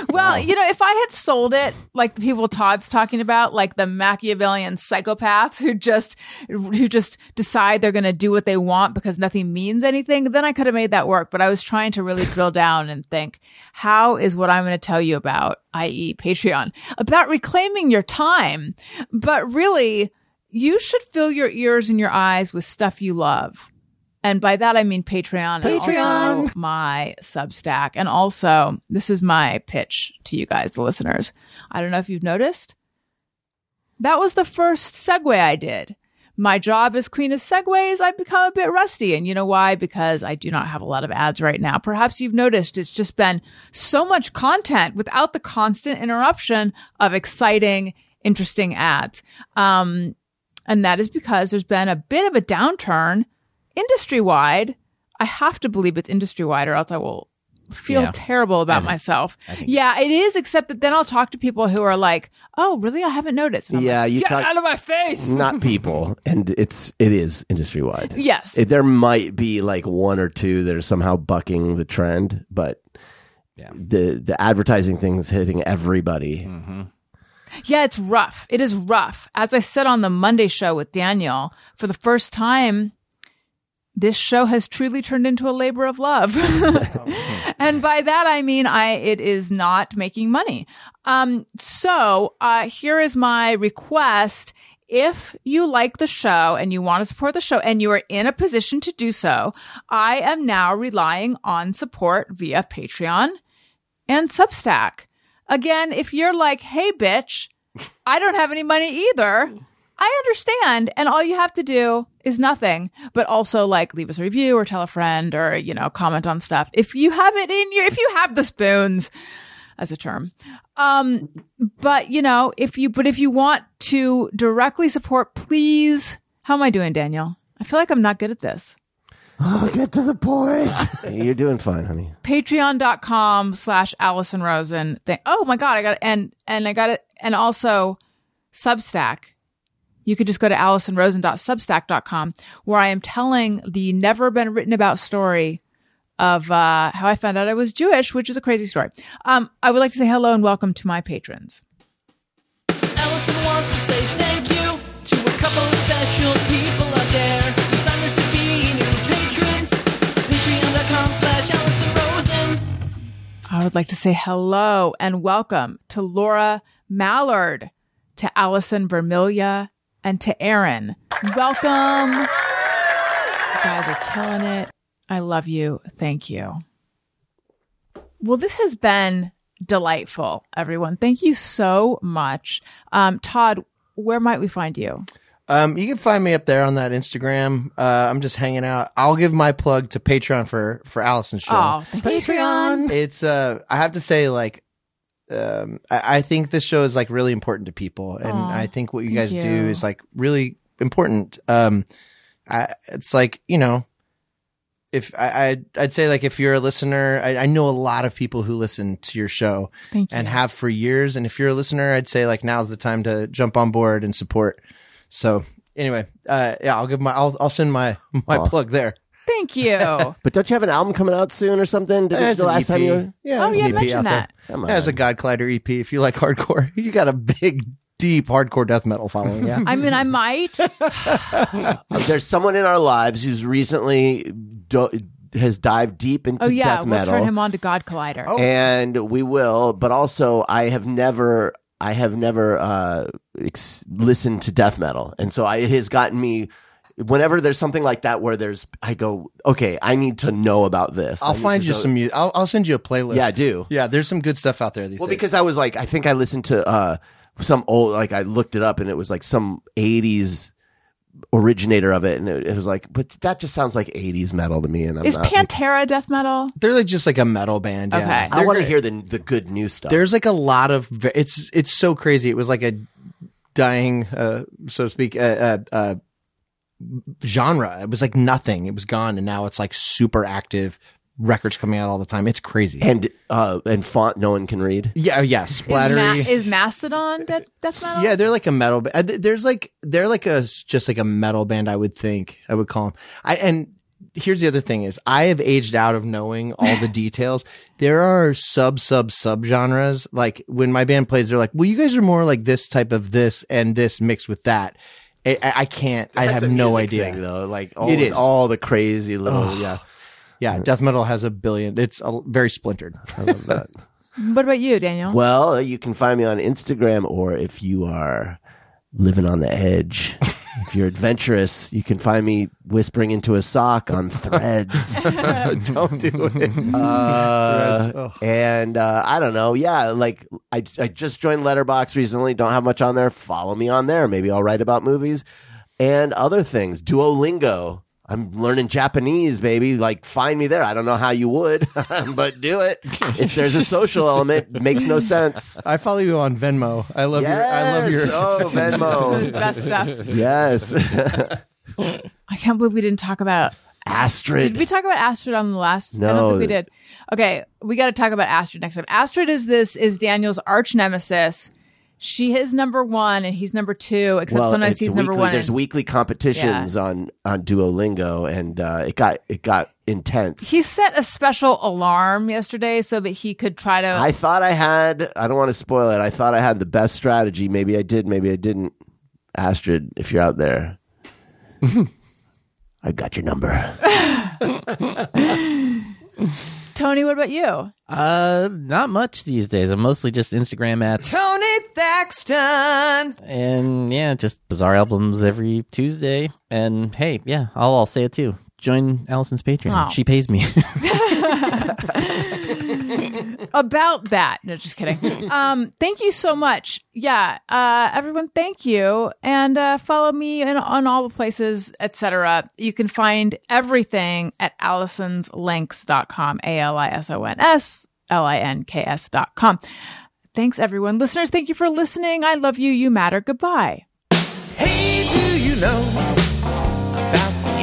C: well, you know, if I had sold it like the people Todd's talking about, like the Machiavellian psychopaths who just who just decide they're going to do what they want because nothing means anything, then I could have made that work, but I was trying to really drill down and think, how is what I'm going to tell you about, i.e. Patreon, about reclaiming your time, but really you should fill your ears and your eyes with stuff you love. And by that I mean Patreon, and also my Substack. And also, this is my pitch to you guys, the listeners. I don't know if you've noticed, That was the first segue I did. My job as queen of segues, I've become a bit rusty. And you know why? Because I do not have a lot of ads right now. Perhaps you've noticed it's just been so much content without the constant interruption of exciting, interesting ads. Um, and that is because there's been a bit of a downturn industry wide. I have to believe it's industry wide, or else I will feel
D: Yeah.
C: terrible about myself. Yeah, it is, except that then I'll talk to people who are like, oh, really? I haven't noticed. And I'm
A: Yeah,
C: like,
A: you
C: Get
A: talk-
C: out of my face.
A: not people and it's it is industry wide
C: Yes.
A: It- there might be like one or two that are somehow bucking the trend but the the advertising thing is hitting everybody
C: Yeah, it's rough. It is rough. As I said on the Monday show with Daniel, for the first time, this show has truly turned into a labor of love. and by that I mean I it is not making money. Um so uh here is my request if you like the show and you want to support the show and you are in a position to do so, I am now relying on support via Patreon and Substack. Again, if you're like, hey, bitch, I don't have any money either, I understand. And all you have to do is nothing, but also like leave us a review or tell a friend or, you know, comment on stuff. If you have it in your, if you have the spoons as a term. Um, but you know, if you, but if you want to directly support, please, how am I doing, Daniel? I feel like I'm not good at this.
A: oh get to the point you're doing fine honey
C: patreon.com slash allison rosen thing oh my god i got it and and i got it and also substack you could just go to allisonrosen.substack.com where i am telling the never been written about story of uh, how i found out i was jewish which is a crazy story um, i would like to say hello and welcome to my patrons
G: Ellison wants to say thank you to a couple of special people out there who signed up to be new patrons. Patreon.com slash Allison Rosen.
C: I would like to say hello and welcome to Laura Mallard, to Allison Vermilia, and to Aaron. Welcome. You guys are killing it. I love you. Thank you. Well, this has been delightful, everyone. Thank you so much. Um, Todd, where might we find you?
E: Um, you can find me up there on that Instagram. Uh, I'm just hanging out. I'll give my plug to Patreon for for Allison's show.
C: Oh, thank you.
E: It's uh, I have to say, like, um, I, I think this show is like really important to people, and
C: Aw,
E: I think what you
C: thank
E: guys
C: you.
E: do is like really important. Um, I it's like you know, if I I'd, I'd say like if you're a listener, I, I know a lot of people who listen to your show
C: Thank you.
E: and have for years, and if you're a listener, I'd say like now's the time to jump on board and support. So anyway, uh, yeah, I'll give my I'll I'll send my my
A: Aw.
E: plug there.
C: Thank you. oh,
A: but don't you have an album coming out soon or something Did it-
E: There's
A: the
E: an
A: last time
E: EP.
A: you were
E: yeah,
C: Oh, yeah,
E: there's an EP out
C: mention
E: there.
C: that.
A: Come
E: Yeah, As a
A: on.
E: God Collider EP, if you like hardcore, you got a big, deep hardcore death metal following. Yeah,
C: I mean, I might.
A: there's someone in our lives who's recently do- has dived deep into
C: Oh, yeah.
A: death
C: We'll
A: metal Oh,
C: turn him on to God Collider.
E: Oh.
A: and we will but also i have never i have never uh ex- listened to death metal and so I, it has gotten me whenever there's something like that where there's i go okay i need to know about this I
E: I'll
A: need
E: find
A: to
E: you
A: know-
E: some music. I'll, I'll send you a playlist.
A: yeah do
E: yeah. There's some good stuff out there these
A: well
E: days.
A: because i was like i think i listened to uh some old like i looked it up and it was like some 80s originator of it and it, it was like but that just sounds like 80s metal to me and i'm
C: Is
A: not
C: Pantera death metal?
E: they're like just like a metal band.
C: Okay.
E: Yeah,
A: i
E: They're
A: want to
E: great.
A: hear the the good new stuff
E: There's like a lot of. ve- It's it's so crazy. It was like a dying, uh, so to speak, uh, uh, uh, genre. It was like nothing. It was gone, and now it's like super active. Records coming out all the time. It's crazy.
A: and uh and font no one can read
E: yeah, oh, yeah,
C: Is,
E: splattery.
C: Ma- is Mastodon death, death metal?
E: Yeah, they're like a metal band. There's like they're like a s- just like a metal band. I would think I would call them. I and here's the other thing is I have aged out of knowing all the details. There are sub sub sub genres. Like when my band plays, they're like, "Well, you guys are more like this type of this and this mixed with that." I, I I can't. I
A: That's
E: have
A: a
E: no
A: music
E: idea.
A: thing, though. Like all,
E: It is.
A: all the crazy little yeah.
E: yeah, death metal has a billion. It's a, very splintered.
A: I love that.
C: What about you, Daniel?
A: well, you can find me on Instagram, or if you are living on the edge, If you're adventurous, you can find me whispering into a sock on threads. don't do it. Uh,
E: Oh.
A: and uh, I don't know. Yeah, like I, I just joined Letterbox recently. Don't have much on there. Follow me on there. Maybe I'll write about movies and other things. Duolingo. I'm learning Japanese, baby. Like, find me there. I don't know how you would, but do it. If there's a social element, makes no sense.
E: I follow you on Venmo. I love your. I
A: Yes.
E: love your.
A: Oh, Venmo.
C: This is best stuff.
A: Yes.
C: I can't believe we didn't talk about.
A: Astrid.
C: Did we talk about Astrid on the last? I
A: No.
C: don't think we did. Okay, we got to talk about Astrid next time. Astrid is this is Daniel's arch nemesis. She is number one and he's number two. Except sometimes
A: it's
C: he's number
A: weekly-
C: one.
A: There's
C: and-
A: weekly competitions on on Duolingo, and uh, it got it got intense.
C: he set a special alarm yesterday so that he could try to.
A: I thought I had. I don't want to spoil it. I thought I had the best strategy. Maybe I did. Maybe I didn't. Astrid, if you're out there, I got your number.
C: Tony, what about you?
D: Uh, not much these days. I'm mostly just Instagram ads
G: Tony Thaxton.
D: and yeah, just bizarre albums every Tuesday. And hey, yeah, I'll, I'll say it too. Join Allison's Patreon.
C: Oh.
D: She pays me.
C: about that. No, just kidding. um, thank you so much. Yeah, uh, everyone, thank you, and uh, follow me in, on all the places, etc. You can find everything at allisonslinks.com, a l i s o n s l i n k s dot com. Thanks, everyone, listeners. Thank you for listening. I love you. You matter. Goodbye.
B: Hey, do you know about the